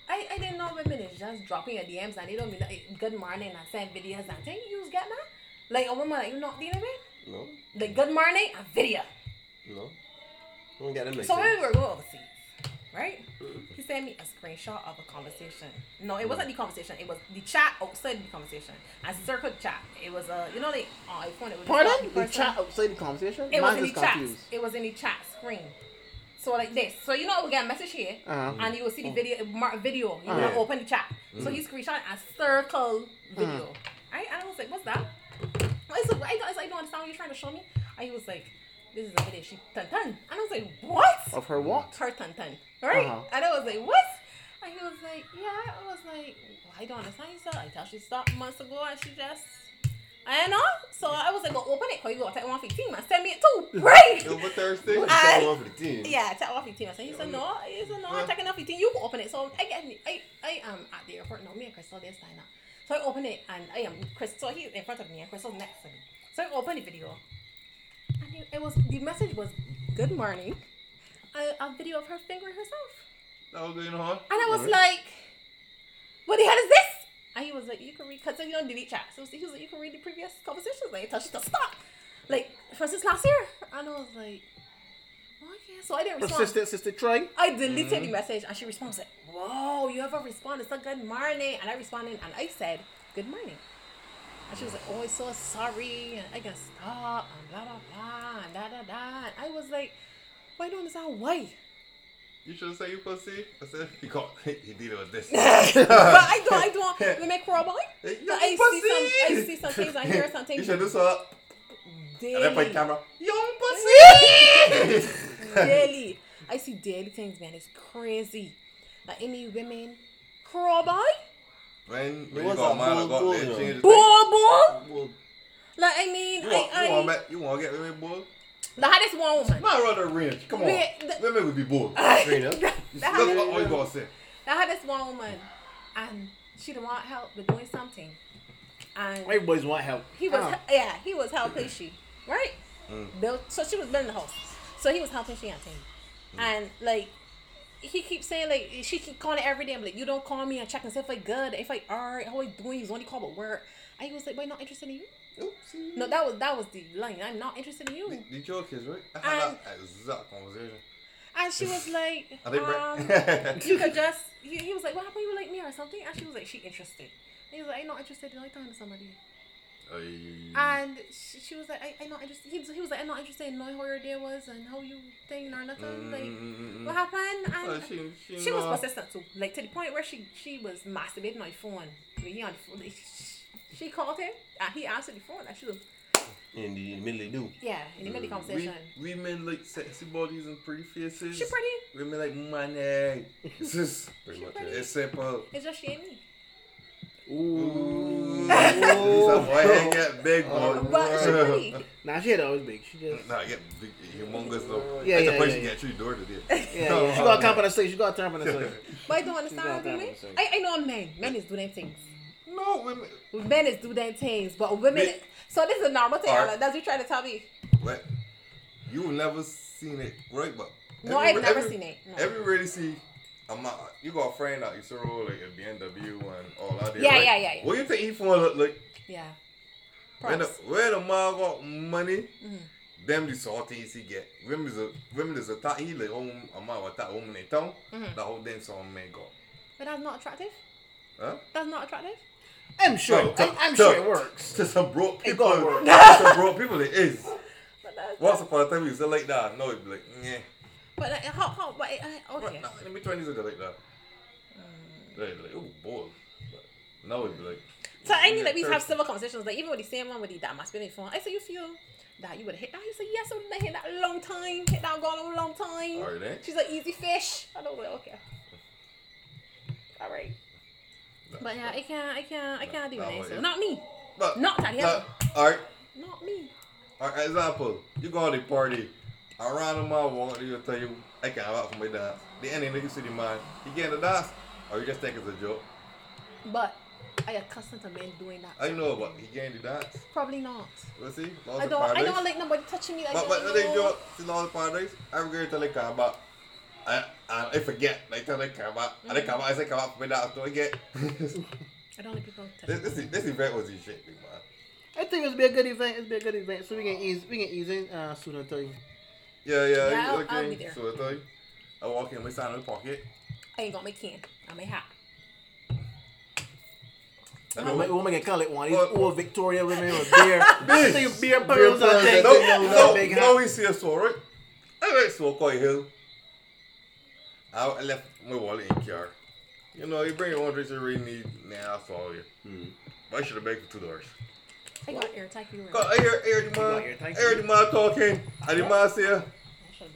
S3: I I, I didn't know women is just dropping your DMs and they don't mean like, good morning and send videos and things. You was getting that? Like a woman like you not dealing with?
S4: No,
S3: Like good morning and video.
S4: no. I don't get it. Makes
S3: So when
S4: sense.
S3: we were going overseas, right? He sent me a screenshot of a conversation. No, it wasn't the conversation. It was the chat outside the conversation. I circled chat. It was uh, you know, like on iPhone. It was
S1: Pardon? The
S3: person-
S1: chat outside the conversation?
S3: It was
S1: Man
S3: in the
S1: is
S3: chat.
S1: confused.
S3: It was in the chat screen. So like this. So you know we get a message here,
S1: Uh-huh.
S3: and you will see the video, mark video. You
S1: Uh-huh.
S3: will open the chat. So he screenshot a circle video.
S1: Uh-huh.
S3: I and I was like, what's that? I said, I, I, said, I don't understand what you're trying to show me. And he was like, this is a video. She tan tan. And I was like, what?
S1: Of her what?
S3: her tan tan, right?
S1: Uh-huh.
S3: And I was like, what? And he was like, yeah. I was like, well, I don't understand you, sir. I tell she stopped months ago, and she just, I don't know. uh, So I was like, go open it, cause you got to take one for your team and send me it too, right?
S2: Over Thursday.
S4: What
S3: I-
S4: is that one for the team?
S3: <laughs> Yeah, take one for your team. I said, he said no, he said no, I'm taking off your team. You go open it. So I get, I, I am at the airport now. Me and Crystal this time now. So I open it, and I am Crystal. He's in front of me, and Crystal's next to me. So I open the video, and it, it was the message was, good morning. A, a video of her fingering herself.
S2: That was going on.
S3: And I was like, what the hell is this? And he was like, you can read, because you don't delete chat. So he was like, you can read the previous conversations. Like, I touched to stop. Like, for since last year. And I was like, okay. So I didn't respond.
S1: Persistent Sister Troy?
S3: I deleted the message and she responds like, Whoa, you ever respond? It's a good morning. And I responded and I said, Good morning. And she was like, Oh, I'm so sorry. And I can stop and blah blah blah and da da da. And I was like, Why don't understand why?
S2: You should say you pussy. I said he got <laughs> he dealing
S3: <laughs>
S2: with this.
S3: but
S2: <laughs>
S3: I don't I don't let me crawl boy.
S2: Hey,
S3: But I see some I see some things, I hear some
S2: <laughs> You
S3: things
S2: should do so. And then
S3: daily.
S2: point camera. Young
S3: <laughs> Daily.
S2: pussy. <laughs>
S3: daily. I see daily things, man. It's crazy. Like any women crawl boy?
S2: when when you
S4: What's
S2: got
S4: that
S2: mad, I
S4: bull-
S2: got
S4: bull
S2: there. Change
S4: though?
S2: the thing.
S3: Bull bull.
S4: Well,
S3: Like I mean,
S2: You
S3: I,
S2: want,
S3: I
S2: you, want, ma- you want to get women bull?
S3: the hottest one
S2: <laughs>
S3: woman.
S2: Man, rather range. Come on.
S3: Wait, the-
S2: women would be bull.
S4: straight
S2: <laughs>
S4: up.
S3: The
S2: That's all
S3: hottest,
S2: all you gotta say.
S3: the hottest one woman, and she didn't want help with doing something, and
S1: Everybody's want help.
S3: he was
S1: Ah.
S3: yeah he was helping she right. Built, so she was building the house, so he was helping she and thing, and like. He keeps saying like she keep calling every day. I'm like, you don't call me and check and see if I good, if I alright, how I doing. He's only call but work. I was like, wait, not interested in you.
S2: Oopsie.
S3: No, that was that was the line. I'm not interested in you.
S2: The, the joke is right. I had
S3: And-
S2: that exact conversation.
S3: And she was like,
S2: I think
S3: um,
S2: <laughs> Brett.
S3: you could just he, he was like, What happened you like me or something? And she was like, She interested. And he was like, I'm not interested in like talking to somebody. And she, she was like, I, I'm not interested. He, was- he was like, I'm not interested in knowing how your day was and how you thing or nothing. Like, what happened? And
S2: Uh, Mm-hmm. she, she,
S3: she was
S2: know-
S3: persistent too, like to the point where she she was masturbating on the phone. He on the phone. like, she- She called him and he answered the phone. And she was,
S4: In the middle they do.
S3: yeah, in the middle of the
S2: Mm, We,
S3: conversation.
S2: women like sexy bodies and pretty faces.
S3: She pretty.
S2: Women like money. It's just pretty
S3: She
S2: much
S3: pretty.
S2: it. It's
S3: <laughs>
S2: simple.
S3: It's just she and me.
S1: Ooh.
S2: Ooh, Lisa, boy, I get big
S1: Oh,
S2: one.
S3: But
S2: <laughs>
S3: she pretty.
S1: Nah, she had always big. She just
S2: Nah, I get big, humongous though.
S1: Yeah,
S2: That's
S1: yeah,
S2: the place
S1: yeah,
S2: you
S1: yeah.
S2: get through the
S3: <laughs>
S2: door today.
S1: yeah, yeah. She got a camp on the stage. She got a camp on the stage.
S3: But I don't
S1: got
S3: understand
S1: that
S3: what
S1: one,
S3: women.
S1: so-
S3: I, I know men. Men is doing things.
S2: No, women.
S3: Men is do their things, but women.
S2: Me-
S3: so this is a normal thing.
S2: Alright.
S3: Alan. That's what you trying to tell me.
S2: What? You've never seen it, right? But
S3: No,
S2: every-
S3: I've never
S2: every-
S3: seen it. No.
S2: Every really see, I'm not, you got a friend that used to roll like a BMW and all that. there,
S3: Yeah,
S2: right?
S3: yeah, yeah, yeah.
S2: What you think he phone look like?
S3: Yeah.
S2: When the,
S3: Props. Mm-hmm.
S2: where the man got money, them the sort of things he get. Women is a women is a thought he like home a man with that woman in town.
S3: Mm-hmm.
S2: That whole damn song man got.
S3: But that's not attractive.
S2: Huh?
S3: That's not attractive.
S1: I'm sure.
S2: No,
S1: I'm,
S2: to-
S1: I'm
S2: to-
S1: sure it works.
S2: To some broke
S1: It
S2: people.
S1: got work.
S2: to some broke people it is.
S3: But that's.
S2: Once upon a time we used to like that. No, it be like, yeah.
S3: But like, how how? But I, I-
S2: Right
S3: okay. Mm.
S2: now, let me try this like that. Like, like, oh boy. But Now it be like
S3: So I need like we
S2: Yeah,
S3: have
S2: thirsty.
S3: several conversations. Like even with the same one with the that masculine phone. I said you feel that you would hit that. He said yes, I would hit that a long time. Hit that gone a long time.
S2: Alright, eh?
S3: She's like easy fish. And I was like okay. All right. But yeah, I can't, I can't, I can't do
S2: Nah,
S3: that.
S2: but
S3: So
S2: yeah.
S3: not me.
S2: But
S3: Not that
S2: like,
S3: hell.
S2: alright.
S3: Not me.
S2: For example, you go to the party, a random man walk to you and tell you, I can't have out for my dance. The end of the city man, you get in the dance, or you just think it's a joke.
S3: But I accustomed to men doing that.
S2: I know, but he get in the dance.
S3: Probably not.
S2: You see? Laws
S3: I
S2: of
S3: don't. I
S2: paradise.
S3: don't like nobody touching me. Like
S2: but but
S3: that,
S2: they
S3: you know.
S2: joke, see laws of paradise, I'm going to tell you, come back. I, I, I forget. Like tell they come out, and they
S3: Mm.
S2: come out, I say come out for me now. So I get this, <laughs>
S3: I don't like people touching.
S2: this. This event was in shit, big man.
S1: I think it's be a good event. It's be a good event. So we can ease, we can ease in uh, soon. I tell you.
S2: Yeah, yeah.
S3: Yeah, I'll-
S2: okay.
S3: I'll be there.
S2: So I tell you, I walk in, we sign in the pocket.
S3: I ain't got my can. I'm a hat.
S2: And
S1: Woman,
S2: no,
S1: woman can call it one. These
S2: What?
S1: old Victoria women with beer, beer, beer pearls
S4: pearls
S1: and
S4: and
S1: things.
S4: no-
S1: you know, little
S2: no,
S1: big
S2: no,
S1: hat.
S2: no, we see us all right. I went to Coy Hill. I I left my wallet in car. You know, you bring your own drinks you really need. Nah, I follow you.
S1: Hmm.
S2: But I should have begged for two dollars.
S3: I got air tight you
S2: Cause I hear, I hear the
S1: got your
S2: man,
S1: thank
S2: I hear
S1: you.
S2: the man talking, and the man say,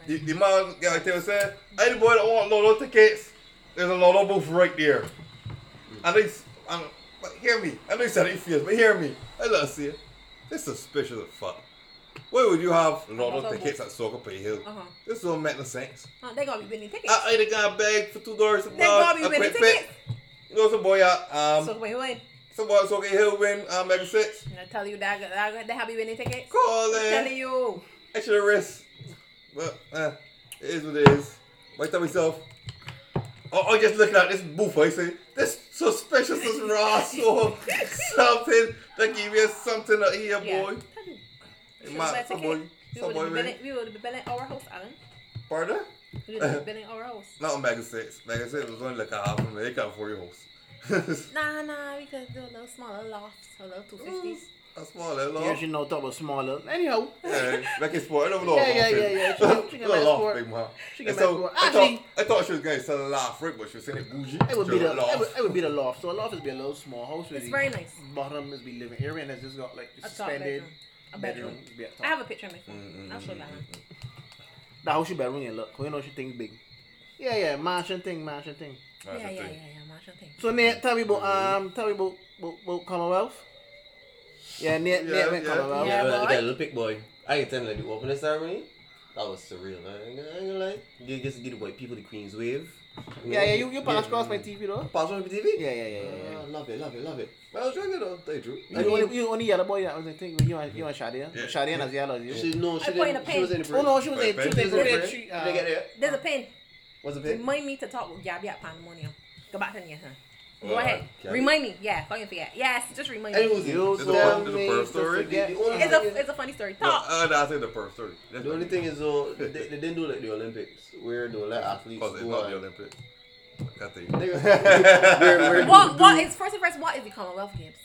S2: the, the man, yeah, I tell you, say, any boy that want Lolo tickets, there's a Lolo booth right there. And they, s- and, but hear me, I know you said it fierce, but hear me, I love see it. This suspicious as fuck. Why would you have Lolo
S3: Lolo
S2: tickets
S3: booth.
S2: at Soccer Pay Hill?
S3: Uh-huh.
S2: This don't make no sense.
S3: Oh, they gonna be winning tickets.
S2: I ain't got a bag for two dollars a
S3: they gonna
S2: month.
S3: be
S2: a
S3: winning
S2: Uh, quick
S3: tickets.
S2: bit. You know, some boy at, um,
S3: So wait, wait.
S2: some boy at Soccer Hill win, um, Mega 6.
S3: I tell you that, that, that they have you winning tickets.
S2: Call it.
S3: Telling you.
S2: I should have risked. But uh, it is what it is. But I tell myself, oh, I'm just looking at this booth. I say, this suspicious is Ross or something that give you something to eat,
S3: Yeah.
S2: boy.
S3: Tell you.
S2: It
S3: Should
S2: might-
S3: buy a
S2: some
S3: ticket.
S2: boy,
S3: We
S2: some
S3: would
S2: boy
S3: have
S2: win.
S3: been, we would have been at our house, Alan.
S2: Pardon?
S3: We would
S2: <laughs>
S3: have been at our house.
S2: Not on Mega 6. Mega 6 was only like a half of me. They can't afford your house.
S3: Nah, nah, we could do a little smaller loft, a little two fifties.
S2: <laughs> a small little
S1: Yeah, she know talk about smaller. Anyhow,
S2: Yeah, like a sport. I don't know.
S1: Yeah, yeah, yeah,
S2: <laughs>
S1: yeah. She can- she can like sport.
S2: big man.
S1: She can
S2: And
S1: like
S2: so,
S1: sport.
S2: I, thought,
S1: Actually-
S2: I thought she was going to sell a laugh, right? But she was saying it bougie.
S1: it would
S2: She
S1: be the
S2: was
S1: it would,
S2: laugh.
S1: it would be the loft. So a loft would be a little small house. with
S3: It's
S1: the
S3: very nice.
S1: Bottom is be living area and it's just got like
S3: A top
S1: suspended Mm,
S3: bedroom. A bedroom.
S1: be at top.
S3: I have a picture on my phone. I'll show that one.
S1: The house she better ring it look. 'cause You know she think big. Yeah, yeah, mansion thing, mansion thing.
S2: That's
S3: Yeah,
S2: the
S3: yeah, yeah,
S2: thing.
S3: yeah, Marshall thing.
S1: So Nate, tell me about um, tell me about about, about Commonwealth. Yeah, Nate,
S2: Yeah,
S1: Nate went
S2: yeah,
S1: Commonwealth.
S3: yeah.
S4: but
S3: boy.
S4: the Olympic boy. I can tell like the opening ceremony. That was surreal, man. I ain't gonna- I ain't gonna lie. You just give the white people the Queen's wave.
S1: Yeah, yeah, you you passed
S4: Yeah.
S1: across my TV though.
S4: Pass on the TV?
S1: Yeah, yeah, yeah, yeah. yeah.
S4: Ah, love it, love it, love it. Well, I was drinking though. Tell you the truth.
S1: You
S4: I
S1: the
S4: mean,
S1: only, you the only yellow boy that was I think you and you and Shadia.
S2: Yeah.
S1: Shadia and as yellow as you.
S4: she no,
S3: I
S4: she
S3: point
S4: didn't.
S3: a
S4: She was
S3: pen.
S4: in the
S1: oh no, she was
S2: Wait,
S1: in she was
S2: wait,
S1: in
S2: wait,
S1: grade
S2: wait.
S1: three.
S4: Did I get
S1: Uh,
S4: it?
S3: There's a pin.
S4: What's the pin?
S3: Remind me to talk with Gabby at Pandemonium. Go back to me, huh? Go
S2: Well,
S3: ahead.
S4: Gabby.
S3: Remind me. Yeah, fucking forget. Yes, just remind
S4: And it
S3: me.
S4: was
S1: you
S2: Is it
S1: tell
S2: one- is it
S1: me
S2: birth
S1: to
S2: story?
S1: forget.
S4: The only-
S1: Yeah.
S3: It's a it's a funny story.
S2: No,
S3: Talk.
S2: uh, that's in the first story. That's
S4: The only thing is though, they, they didn't do like the Olympics where they will let athletes
S2: because it's
S4: go
S2: not
S4: on.
S2: the Olympics. That thing.
S4: Nigga,
S2: <laughs>
S4: <laughs> where-
S2: uh,
S4: where they
S3: What
S4: do
S3: what is first and first? What is the Commonwealth Games?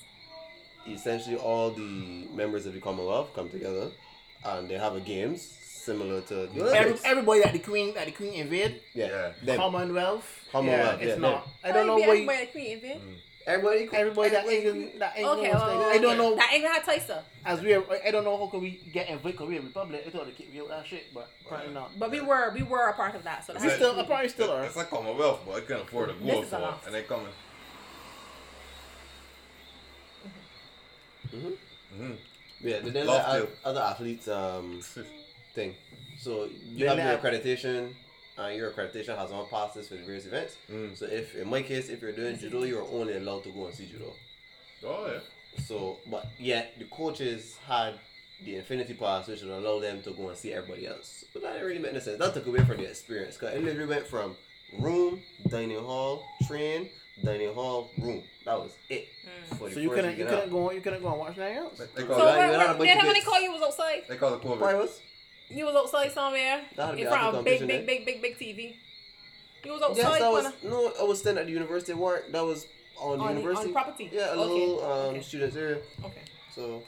S4: essentially all the members of the Commonwealth come together and they have a games similar to the
S1: Every,
S4: Olympics.
S1: everybody that the queen that the queen invade.
S4: yeah.
S2: Yeah.
S4: Them.
S1: Commonwealth.
S4: Commonwealth,
S1: Yeah, it's
S4: yeah,
S1: not. I
S3: Oh,
S1: don't know
S3: you be
S1: why.
S3: everywhere, like me, Evie.
S4: Everybody,
S1: Everybody that England, that England
S3: Okay,
S1: was
S3: well,
S1: like, I don't know.
S3: That England had Tyson,
S1: As we, are, I don't know how can we get invade because we're a republic. I thought they kick me out that shit, but apparently not.
S3: but we were we were a part of that. So
S1: We
S3: that's
S2: Right.
S1: still, apparently still are.
S2: It's like Commonwealth, but I couldn't afford to
S3: This
S2: go
S3: is
S2: for
S3: a
S2: it.
S3: lot.
S2: And they coming.
S4: <laughs> yeah, they didn't
S2: Love
S4: let
S2: you.
S4: oth- other athletes um thing. So you
S1: They
S4: have your
S1: let-
S4: accreditation, and your accreditation has on passes for the various events. So if in my case, if you're doing judo, you're only allowed to go and see judo.
S2: Oh, yeah.
S4: So, but yet the coaches had the infinity pass, which would allow them to go and see everybody else. But that didn't really make no sense. That took away from the experience because it literally went from room, dining hall, train, dining hall, room. That was it.
S3: Hmm.
S4: For the
S1: So you
S4: first
S1: couldn't, you
S4: weekend
S1: couldn't
S4: out.
S1: go, you couldn't go and watch that else.
S2: They- They
S4: So
S2: call,
S3: So
S4: that-
S2: it,
S3: where,
S4: you had a
S3: where,
S4: bunch
S3: then
S4: of
S3: how many
S4: bits.
S3: call you was outside?
S2: they call it COVID.
S4: Why was?
S3: You was outside somewhere
S4: That'd be
S3: in front
S4: after
S3: of a big,
S4: competition,
S3: big, big, big, big TV. You was outside.
S4: Yes, I was.
S3: when I-
S4: No, I was staying at the university of work. That was on, the
S3: On the-
S4: university
S3: on property?
S4: Yeah, a
S3: Okay,
S4: little um,
S3: okay.
S4: students area.
S3: Okay.
S4: So,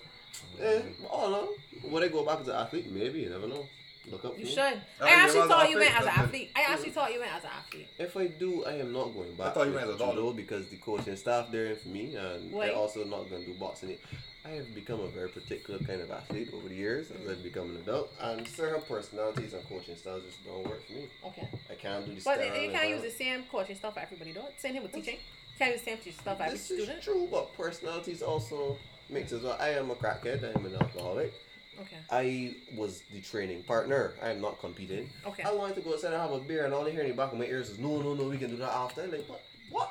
S4: eh, yeah, all along, will they go back as an athlete? Maybe you never know. Look up.
S3: You
S4: for it.
S3: should. I
S2: Oh, you
S3: actually
S2: was
S3: thought you
S2: athlete,
S3: went as an
S2: okay.
S3: athlete. I actually thought you went as an athlete.
S4: If I do, I am not going back.
S2: I thought you
S4: with
S2: meant as a
S4: judo
S2: dollar.
S4: because the coaching staff there for me, and
S3: Wait.
S4: I'm also not going to do boxing. I have become a very particular kind of athlete over the years as I've become an adult, and certain personalities and coaching styles just don't work for me.
S3: Okay.
S4: I can't do the
S3: But
S4: sterile
S3: they, they can't use
S4: environment.
S3: the same coaching stuff for everybody, though. Same thing with teaching. Can't use the same teaching stuff for every
S4: This is
S3: student.
S4: true, but personalities also mix as well. I am a crackhead. I am an alcoholic.
S3: Okay.
S4: I was the training partner. I am not competing.
S3: Okay.
S4: I wanted to go outside and have a beer, and all they hear in the back of my ears is, "No, no, no, we can do that after." I'm like, what? What?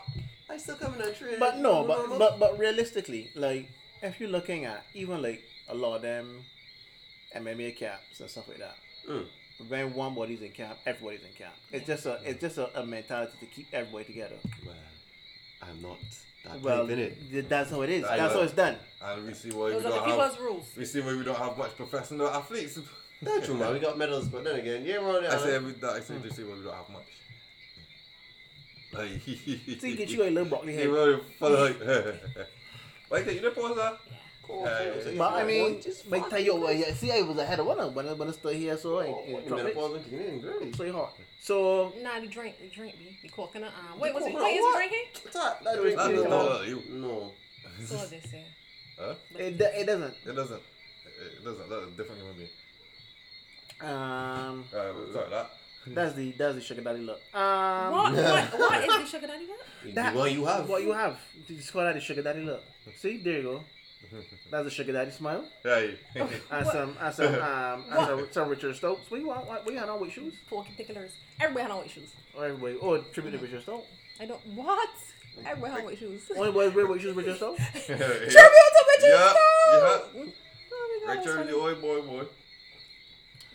S4: I still coming and train.
S1: But no, but but but realistically, like if you're looking at even like a lot of them MMA caps and stuff like that,
S4: Mm.
S1: when one body's in camp, everybody's in camp. It's just a it's just a, a mentality to keep everybody together.
S4: Well, I'm not that
S1: Well,
S4: deep in it.
S1: th- that's how it is.
S2: I
S1: That's
S2: know.
S1: how it's done.
S2: And we see why we
S3: Those are the
S2: don't
S3: people's
S2: have
S3: rules.
S2: we see why we don't have much professional athletes.
S4: <laughs> That's true, man. Hmm. We got medals, but then again, yeah, we're on
S2: I say
S4: it.
S2: we that I say just see why we don't have much. Like <laughs>
S1: See, get you a little broccoli
S2: He
S1: head.
S2: wrote it
S3: <laughs>
S2: for <laughs> like Like that, you didn't post that?
S4: Cool,
S2: Yeah,
S4: cool. So
S2: yeah.
S1: But I
S4: yeah,
S1: mean,
S4: boy, just
S1: my
S4: fuck
S1: tell you what, yeah, see, I was ahead of one of when I when I still here, so I
S4: Oh, what,
S1: it
S4: the
S1: dropped it.
S4: menopause and kicking in, great.
S1: so hot. So
S3: Nah, the drink, the drink, be the coconut. Um, wait, what's it?
S4: Coconut
S3: Wait, is it
S4: what?
S3: drinking?
S4: That- that
S1: That was
S2: That
S4: really-
S2: does
S1: Yeah.
S2: not look you.
S4: No.
S3: So what they say.
S2: Huh?
S1: it, do- it doesn't.
S2: It doesn't. It doesn't. That's a different human being.
S1: Um,
S2: Uh, sorry, that.
S1: that's the that's the sugar daddy look. Um,
S3: What? What? What is the sugar daddy? what?
S1: That-
S4: the one you have.
S1: What you have? You just call that the sugar daddy look. See, there you go. That's the sugar daddy smile.
S2: Right. <laughs>
S1: And
S3: What?
S1: some and some um and some, some Richard Stokes. We want what we had on with shoes.
S3: Pork and particulars. Everybody had on white shoes.
S1: Or everybody or tribute to Richard Stokes.
S3: I don't. What? Everybody had on white shoes.
S1: Only boys wear white shoes Richard Stokes.
S2: Tribute
S3: to Richard
S2: yeah,
S3: Stone!
S2: Yeah.
S3: Oh my God, that's
S2: Richard,
S3: funny.
S2: you old boy, boy.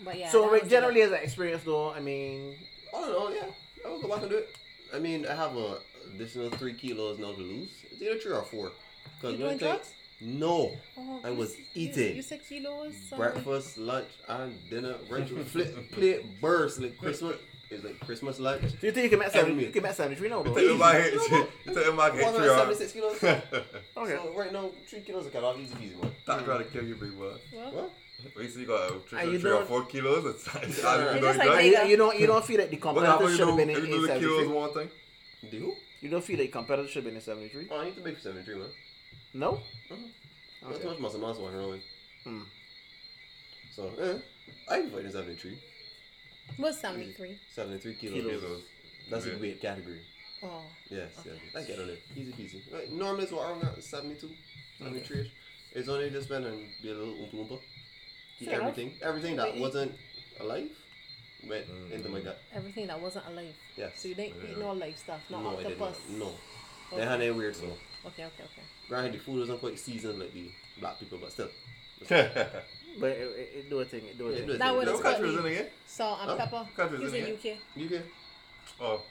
S3: But yeah.
S1: so
S3: that
S1: like,
S3: was
S1: generally as an experience though, I mean
S4: I don't know, yeah. I will go back and do it. I mean, I have a additional three kilos now to lose. It's either three or four. 'Cause
S3: You
S4: when
S3: doing
S4: it takes-
S3: drugs?
S4: No.
S3: Oh,
S4: I
S3: you
S4: was
S3: said-
S4: eating.
S3: You, you said kilos. sorry.
S4: Breakfast, lunch, and dinner. Right to flip, <laughs> plate, burst. Like Christmas. It's like Christmas lunch.
S1: do you think you can match seventy
S4: Every-
S1: you can match seventy three now though?
S2: Take him
S1: Easy.
S2: back here. <laughs> Take him back here. Three hours.
S4: 176 <laughs> kilos.
S1: Okay.
S4: So right now, three kilos are cut off easy peasy, man.
S2: <laughs>
S4: Hmm.
S2: That trying to kill you, big boy.
S3: What?
S4: What?
S2: Basically, you got a
S1: Are you
S2: three, three or
S1: doing-
S2: four kilos. It's it's-
S4: You're
S2: you know,
S3: just like
S2: you got-
S3: me.
S1: You, don't- you don't you don't feel that the
S2: What
S1: competitor
S2: happens if
S1: should have
S2: you
S1: been
S2: do- if
S1: in,
S2: you do
S1: in
S2: the kilos
S1: seventy three.
S2: one thing?
S4: Do you?
S1: You don't feel that the competitor should have been in seventy three?
S4: Oh, I need to make 73, man.
S1: No?
S4: That's too much muscle mass one rolling.
S1: Hmm.
S4: So, eh, I can fight in 73.
S3: What's seventy three?
S4: 73 kilos.
S2: Kilos.
S4: That's
S2: Yeah.
S4: a weight category.
S3: Oh.
S4: Yes,
S3: Okay.
S4: yes. I get on it. Easy peasy. Like, normally it's what I'm at, 72, 73 ish. It's only just been and be a little oompa loompa. Eat
S1: Fair enough.
S4: everything. Everything that
S3: Eat-
S4: wasn't alive went
S2: Mm.
S4: into my gut.
S3: Everything that wasn't alive.
S4: Yes.
S3: So you didn't eat no alive stuff, not
S4: no, I did
S3: octopus.
S4: not. No. They
S3: Okay.
S4: had any weird stuff.
S3: Okay, okay, okay.
S4: Granted, the food wasn't quite seasoned like the black people, but still.
S1: But it, it, it do a thing, it do a
S4: Yeah, it
S1: thing.
S4: do a
S3: That
S4: What
S3: one
S2: No,
S3: is
S2: what country was in
S3: called
S2: again?
S3: salt and
S4: Huh?
S3: pepper.
S2: What country
S3: He's
S2: was
S3: in
S2: in
S3: UK.
S4: You good?
S2: Oh,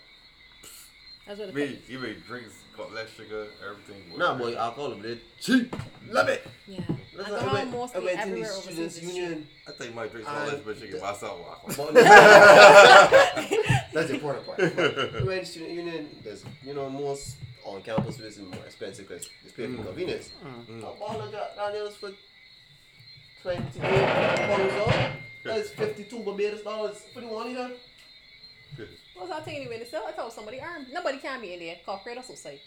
S3: That's what
S2: me,
S3: it
S2: you make drinks, got less sugar, everything.
S4: Nah, boy, alcohol over there. Cheap! Love it!
S3: Yeah.
S4: That's
S3: Alcohol
S4: why I went, I
S3: mostly
S4: went to the
S3: everywhere overseas
S4: Students'
S3: is <laughs> cheap.
S4: Union. <laughs>
S2: I think my drinks got less, but you get myself alcohol. <laughs>
S4: But- <laughs> That's the important
S1: <laughs>
S4: part. But When student union, there's you know most on campus is more expensive because it's paid for convenience. Mm. A bottle of Jack Daniels for twenty pounds off. That's fifty two Barbados dollars for the one liter.
S3: What was I thinking anyway? So I told somebody, um, nobody can be in there. Call Kratos will say.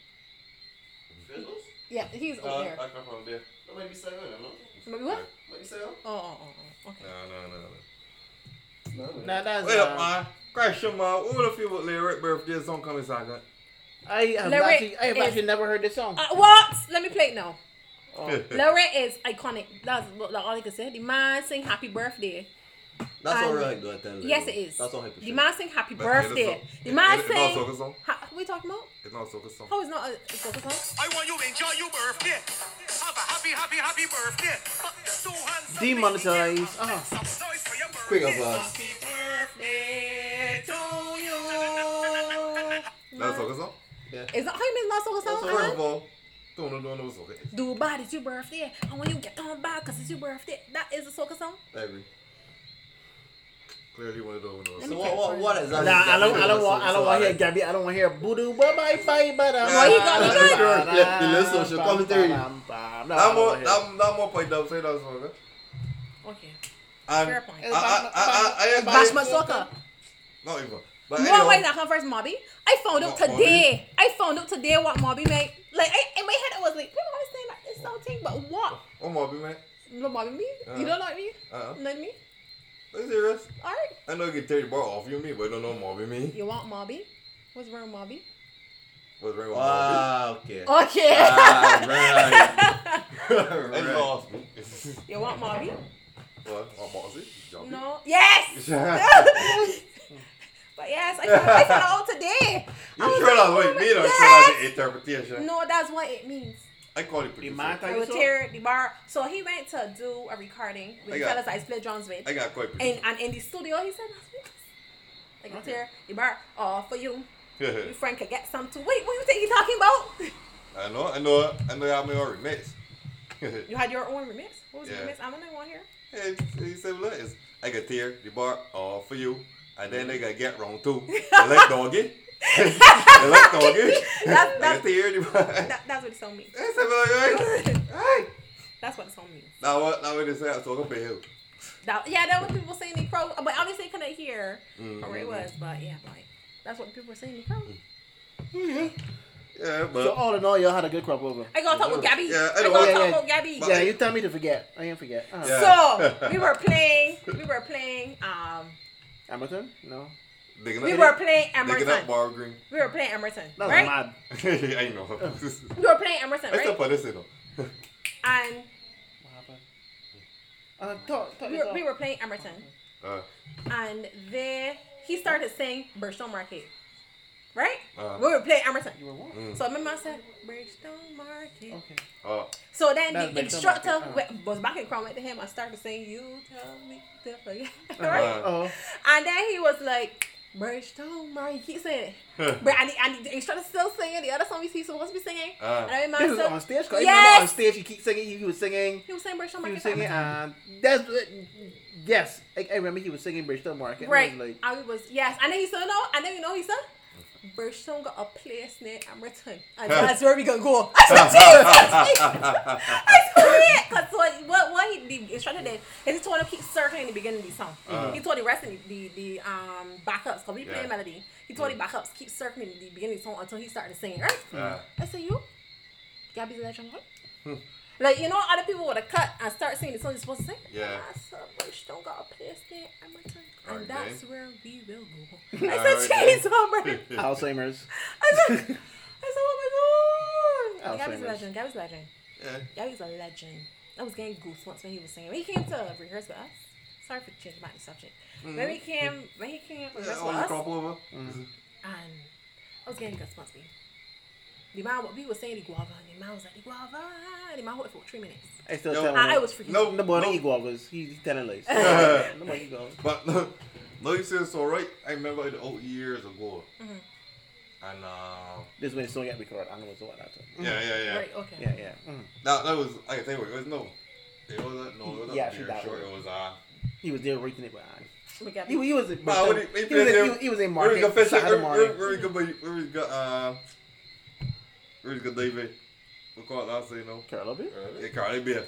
S4: Fizzles?
S3: Yeah, he's
S2: Uh,
S3: over there.
S2: I come from there.
S4: That might be seven, I don't know.
S3: Maybe what?
S4: Might be seven.
S3: Oh, oh, oh, oh, okay.
S2: No, no, no, no.
S1: Nah, that's,
S2: Wait up,
S1: uh,
S2: man. Crash your man. All of you with lyric birthday song coming second.
S1: I have
S3: Lyric
S1: actually, I have
S3: is-
S1: actually never heard this song.
S3: Uh, what? Let me play it now.
S2: <laughs>
S1: Oh.
S3: Laura is iconic. That's what- that's all I can say. The man sing happy birthday.
S4: That's
S3: Um,
S4: all right though, I tell you.
S3: Yes, it is.
S4: That's all hype.
S3: The man sing happy
S2: But yeah,
S3: birthday.
S2: that's all-
S3: The
S2: yeah,
S3: man
S2: yeah, that's all soccer
S3: sing. Oh,
S2: song.
S3: Ha- What we talking about?
S2: It's not a soccer song.
S3: How is not a a soccer song?
S5: I want you to enjoy your birthday. Have a happy, happy, happy birthday. But so handsome.
S1: Demonetize. Ah.
S5: Some toys for your
S4: Uh-huh.
S5: birthday.
S4: Quick up, uh,
S5: Happy birthday to you.
S2: That's a soccer song?
S4: yeah.
S3: Is that how you mean not soccer song?
S4: That's all
S2: First
S4: right.
S2: of
S3: Alan?
S2: all, don't know, don't know what's okay.
S3: Do bad, it's your birthday. And when you get on bad, cause it's your birthday. That is a soccer song.
S4: I agree.
S2: Clearly, one of those. one of
S4: So
S2: those.
S4: what, what, what is that?
S1: Nah, I don't, I don't want, I don't want to hear Gabby. I don't want to hear boo doo. Bye bye bye bye.
S3: Well, he got it right.
S4: Yeah, the little social commentary.
S2: That more, that, that more point. That say that song. eh?
S3: Okay.
S2: And
S3: Fair point.
S2: Um, I, I, I, I, I, I
S3: Bash my soccer.
S2: Not even. But
S3: More ways
S2: anyway,
S3: that come first, Mobby. I found out
S2: What,
S3: today. I found out today what Mobby made. Like I, in my head, I was like, people always saying that it's something, but what?
S2: one more, be man.
S3: No Mobby me?
S2: Uh-huh.
S3: You don't like me?
S2: Uh-huh.
S3: Not me?
S2: Are you serious?
S3: All right.
S2: I know you can take the bar off you me, but you don't know more be me.
S3: You want Mobby? What's wrong, with Mobby?
S2: What's wrong with Marvin?
S4: Ah,
S3: <laughs>
S4: okay.
S2: Uh-huh.
S3: Okay.
S4: Ah, right.
S3: <laughs>
S2: It's
S4: right. <laughs>
S2: lost.
S3: you want Mobby?
S2: <laughs> What? What Mossy? Jumpy? <laughs>
S3: No. Yes. <laughs> but yes, I found, I found out today. I
S2: You
S3: was
S2: sure
S3: like,
S2: that's
S3: oh
S2: what it
S3: my-
S2: means or sure
S3: yes.
S2: that's the interpretation?
S3: No, that's what it means.
S2: I call it
S1: The
S2: producer.
S1: man
S3: I
S1: tell you
S3: would
S1: so.
S3: tear the bar. So he went to do a recording with
S2: I
S3: the
S2: got-
S3: fellas I played drums with.
S2: I got quite
S3: and
S2: producer.
S3: and in the studio he said, "That's me." Like okay. tear the bar off for you. Your friend could get some too. Wait, what you think you talking about? <laughs>
S2: <laughs> I know, I know, I know. I'm your remix. <laughs>
S3: You had your own remix? What was
S2: Yeah.
S3: your remix? I'm gonna want here.
S2: And he said, look, it's, I can tear the bar all for you. And then they got get wrong
S3: <laughs>
S2: too. They like doggy. <laughs> they like doggy.
S3: That-
S2: I
S3: that-
S2: can tear the bar. <laughs>
S3: That, that's what the song means.
S2: I said, well, hey, hey.
S3: That's what the song means.
S2: Now what? Now what they say? I talk about hill.
S3: That, yeah, that was people saying in crow, but obviously they couldn't hear where it was. But yeah, like that's what people were saying in crow.
S2: Yeah, but
S1: So all in all, y'all had a good crop over.
S3: I gonna talk about Gabby.
S2: Yeah, I
S3: I
S2: know.
S3: gonna
S1: Yeah,
S3: talk
S1: yeah.
S3: about Gabby.
S2: But-
S1: Yeah, you tell me to forget. I ain't forget. Uh,
S2: Yeah.
S3: So we were playing, we were playing, um,
S1: Emerson? No.
S2: they can
S3: we
S2: not-
S3: were playing
S2: They can not
S3: Emerson.
S2: bar green. <laughs>
S3: We were playing Emerson,
S1: That's
S3: right?
S1: mad.
S2: I know. <laughs>
S3: We were playing Emerson,
S2: That's the
S3: Uh, right?
S2: policy though.
S3: And
S1: What happened? Uh, talk, talk
S3: we
S1: this
S3: were,
S1: out.
S3: we were playing Emerson,
S2: Uh,
S3: and there he started saying Burstone Market, right?
S2: Uh-huh. Mm.
S3: we were playing Emerson.
S1: You were what?
S3: So remember I said Bridgestone Market.
S1: Okay.
S2: uh, <laughs>
S3: So then
S1: That's
S3: the
S1: Bridgestone
S3: instructor
S1: Market,
S3: went, was back in Cromwell to him and started saying, "You tell me to <laughs> forget," right?
S2: uh,
S1: Oh.
S3: And then he was like, Bridgestone Market, he said,
S1: <laughs>
S3: it. Bri- and, the, and the instructor still singing the other song he's supposed to be singing.
S2: Uh.
S3: and I remember
S1: This is
S3: still-
S1: on stage. Cause
S3: Yes!
S1: yes! on stage, he keep singing. He, he was singing.
S3: he was saying Bridgestone
S1: He
S3: Market.
S1: was singing. And that's yes. I, I remember he was singing Bristol Market. and I
S3: Right.
S1: was like,
S3: I was yes, and then he said no, and then you know he said Bershon got a place near Amriton, and that's where we gonna go. I said,
S1: <laughs>
S3: "Jesus!" I swear, cause what what, what he the instructor did is he told him keep circling the beginning of the song.
S2: Uh.
S1: Uh-huh.
S3: he told the rest of the the, the um backups, cause we
S2: Yeah.
S3: playing melody. He told the backups keep circling the beginning of the song until he started singing. Right?
S2: uh,
S3: I said you, Gabby's legend. What?
S1: Hmm.
S3: <laughs> Like you know, other people would have cut and start singing the song you're supposed to sing.
S2: Yeah.
S3: I said, "Rich, don't got a place there. I'm a turn."
S2: Alright,
S3: And that's
S2: then.
S3: where we will
S2: <laughs>
S3: go. I
S2: Alright,
S3: said,
S2: then.
S3: "Jeez, Homer."
S2: <laughs>
S1: Alzheimer's.
S3: I said, "I said, oh my god."
S1: Alzheimer's.
S3: Gabby's a legend. Gabby's a legend.
S2: yeah.
S3: Gabby's a legend. I was getting goosebumps when he was singing. When he came to rehearse with us. Sorry for changing my subject. When he came, when he came to
S2: Yeah,
S3: rehearse
S2: Mm-hmm. all
S3: with
S2: the
S3: us,
S2: crop over. Mm.
S3: and I was getting goosebumps. Me. The man, we were saying the guava, and the man was like, the guava. The man hold it for three minutes.
S1: I still
S2: Yo,
S1: tell him.
S3: I, I was freaking
S2: Oh, No,
S1: No boy,
S2: no.
S1: no eat guavas. He, he telling lies. no boy, eat guavas.
S2: <laughs> But no, no, you said it's all right. I remember it old years ago. And uh,
S1: This when the song got recorded. I know what's what after.
S2: yeah, yeah, yeah.
S3: Right, okay.
S1: Yeah, yeah. Mm.
S2: That that was I can tell you what it was no. It was not no, it was
S1: Yeah,
S2: not
S1: she
S2: beer
S1: died.
S2: short. It was uh.
S1: He was there rating it behind.
S3: We got
S1: He, he was in.
S2: Nah,
S1: he,
S2: what do you-
S1: was in,
S2: what do you-
S1: he, was- he was in market.
S2: Where we go fishing?
S1: Saturday
S2: Where, where,
S1: morning.
S2: where we go? Where we go? Uh, where we go, David? We call it last thing, you know.
S1: Carol Bit?
S2: Yeah, Carly Beer.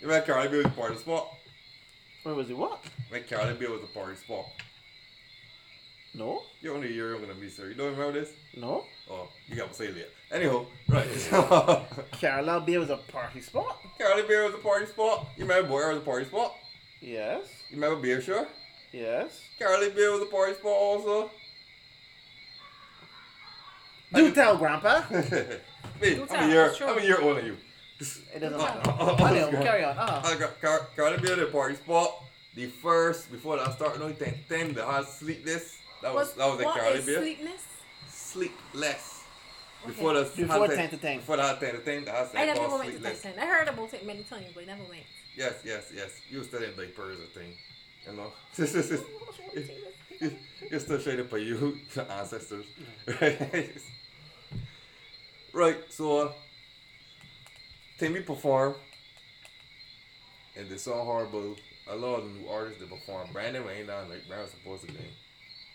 S2: You remember Carly Beer was a party spot?
S1: Where was it? What?
S2: Man, Carly Beer was a party spot.
S1: No,
S2: You're only a year younger than me, sir. You don't remember this?
S1: no.
S2: Oh, you got to say it later. Anyhow, right.
S1: <laughs>
S2: <laughs>
S1: Carolina Beer was a party spot.
S2: Carly Beer was a party spot. You remember Boyer was a party spot?
S1: Yes,
S2: You remember Beer Sure?
S1: yes.
S2: Carly Beer was a party spot also. <laughs>
S1: Do tell, Grandpa. It
S2: me, I'm
S3: tell,
S2: a year.
S3: it's true.
S2: I'm a year older than you. <laughs> Oh,
S1: doesn't matter. I know. Carry on. Uh-huh.
S2: I got oh, Car- Carly Beer the party spot. The first before that started, no ten ten. The hard sleep this. That was that was at
S3: what
S2: Carly
S3: is
S2: Beer.
S3: sleepness?
S2: Sleepless. Before the
S1: Before
S2: hot
S1: ten to ten.
S2: Before the hot ten to ten, the hot
S3: I
S2: ten
S3: never
S2: called
S3: went to
S2: sleepless.
S3: Tyson. I heard about it many times, but I never
S2: <laughs>
S3: went.
S2: Yes, yes, yes. You still in the Persia thing, you <laughs> know. <laughs> You're still traded by you, your <laughs> ancestors. Right? right, so uh, Timmy perform and they sound horrible. A lot of new artists that perform. Brandon ain't down like Brandon supposed to be.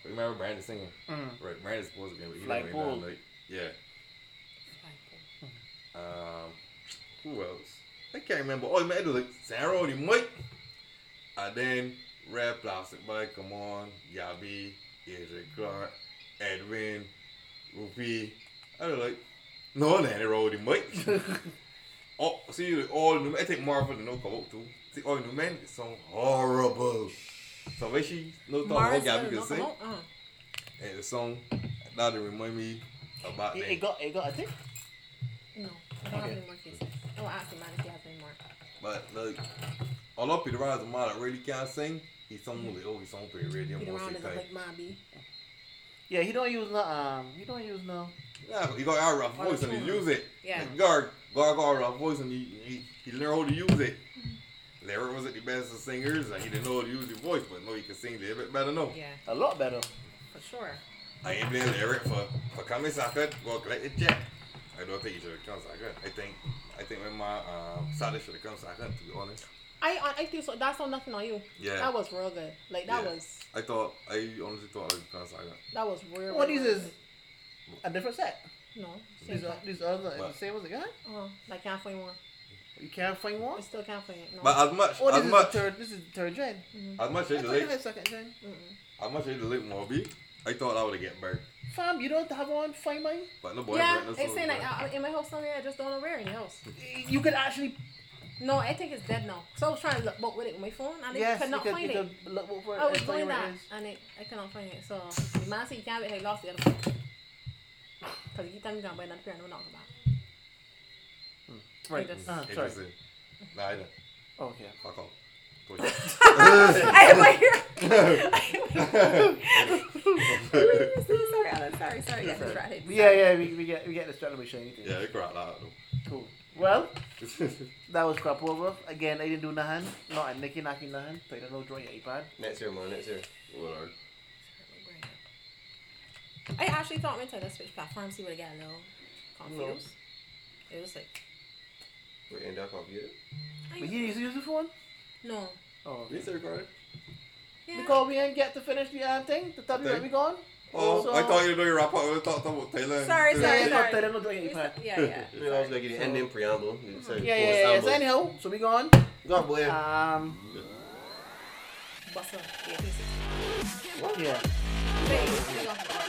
S2: Remember Brandon singing?
S1: Mm.
S2: Right, Brandon's supposed to be, but he
S1: Like
S2: ain't down
S1: who?
S2: like yeah. Um, who else? I can't remember. Oh, man, it was like Sarah the Mike. And then Red Plastic Mike, come on, Yabi, Adrian Clark, Edwin, Rupi. I was like, no, Nanny Roddy Mike. oh, see, like, all new men. I think Marvel didn't know come out too. See, all new men, it sound horrible. So when she no talk about
S3: Mars doesn't
S2: Gabby can
S3: know
S2: sing,
S3: about- uh.
S2: and the song, now they remind me about
S1: It,
S2: that.
S1: it got. It got. I think.
S3: No, I don't have
S1: Okay.
S3: any more cases. Oh, I will ask the man if he has any more.
S2: But look, although Peter Ryan is a model that really can't sing, he's someone that always on pretty radio
S3: Peter
S2: most
S3: Ron
S2: of the
S3: is a
S2: time.
S3: big mommy.
S1: Yeah, he don't use no. Um, he don't use no.
S2: Yeah, you got our rough voice and he use it.
S3: Yeah.
S2: Like, you got God got a rough voice and he, he, he learned how to use it.
S1: Mm-hmm.
S2: Larry wasn't the best of singers and he didn't know how to use his voice, but no, he could sing a little bit better now.
S3: Yeah,
S1: A lot better.
S3: for sure.
S2: I ain't blame Larry for, for coming second, go collect the check. I don't think he should have come second. I think I think my mom, um, Saturday should have come second, to be honest.
S3: I I- I think so. That's not nothing on you.
S2: Yeah.
S3: That was real good. Like that
S2: Yeah.
S3: was
S2: I thought, I honestly thought I would come second.
S3: that was real.
S1: What
S3: real
S1: these
S3: good.
S1: is a different set.
S3: No. Same
S1: These are
S3: time.
S1: these other
S2: What?
S1: the same ones again.
S3: Uh-huh. Like can't find one.
S1: You can't find
S3: I
S1: one.
S3: still can't find it. No.
S2: But as much,
S1: Oh, this
S2: as
S1: is
S2: much,
S1: the third. This is the third gen.
S2: as much
S1: I thought
S2: as the
S1: you
S2: late,
S1: had second gen.
S2: as much as the late Moby, I thought I would have get burned.
S1: Fam, you don't have one. Find mine.
S2: But no boy,
S3: yeah,
S2: Brent, that's
S3: it's
S2: all
S3: saying like
S2: good.
S3: uh, in my house somewhere. I just don't know where in the house.
S1: You could actually
S3: No, I think it's dead now. So I was trying to look, but with it with my phone, and I
S1: yes,
S3: could
S1: you
S3: not
S1: could,
S3: find
S1: you
S3: it.
S1: could look for it
S3: I was
S1: and find
S3: Oh, doing
S1: where
S3: that, Ah,
S1: it is.
S3: and it, I cannot find it. So the man said he can't wait. He lost the other phone. Cause he tell me gonna buy another pair, and we're not gonna buy.
S1: Right.
S3: Yes. <laughs>
S1: Uh, sorry.
S2: Interesting. Nah, I don't.
S1: Okay.
S2: Fuck off.
S3: <laughs>
S2: Go ahead.
S3: I am
S1: <laughs>
S3: right here. I'm so sorry, Alan. Sorry, sorry. Yes, it's right.
S1: Yeah, yeah, we, we get we get distracted by shiny things.
S2: yeah, they cried out.
S1: Cool. Well,
S2: though. <laughs>
S1: that was crap over. Again, I didn't do nothing. Not a nicky nacky nothing. So I don't know drawing your iPad.
S4: Next year, man. Next year.
S2: Lord.
S3: I actually thought Nintendo Switch platforms he would have got a little confused. It was like
S4: We're in that computer.
S3: I,
S1: But you used to use the phone.
S3: no.
S1: Oh.
S2: You still recording?
S3: Yeah.
S1: Because we ain't get to finish the uh, thing. The topic that
S2: Thing?
S1: we gone.
S2: Oh,
S1: So-
S2: I thought you were doing wrap up. I thought about Taylor. and-
S3: Sorry,
S1: Yeah, yeah,
S3: sorry.
S1: not that, I don't drawing your iPad.
S3: Yeah, yeah.
S1: <laughs>
S4: You know, I was gonna give you ending preamble. You said
S1: Yeah,
S4: full
S1: yeah, yeah. So
S4: sample.
S1: anyhow, so we gone.
S4: God boy.
S1: Um,
S3: Bustle. Yeah, this is-
S1: yeah.
S3: Wait, hang on.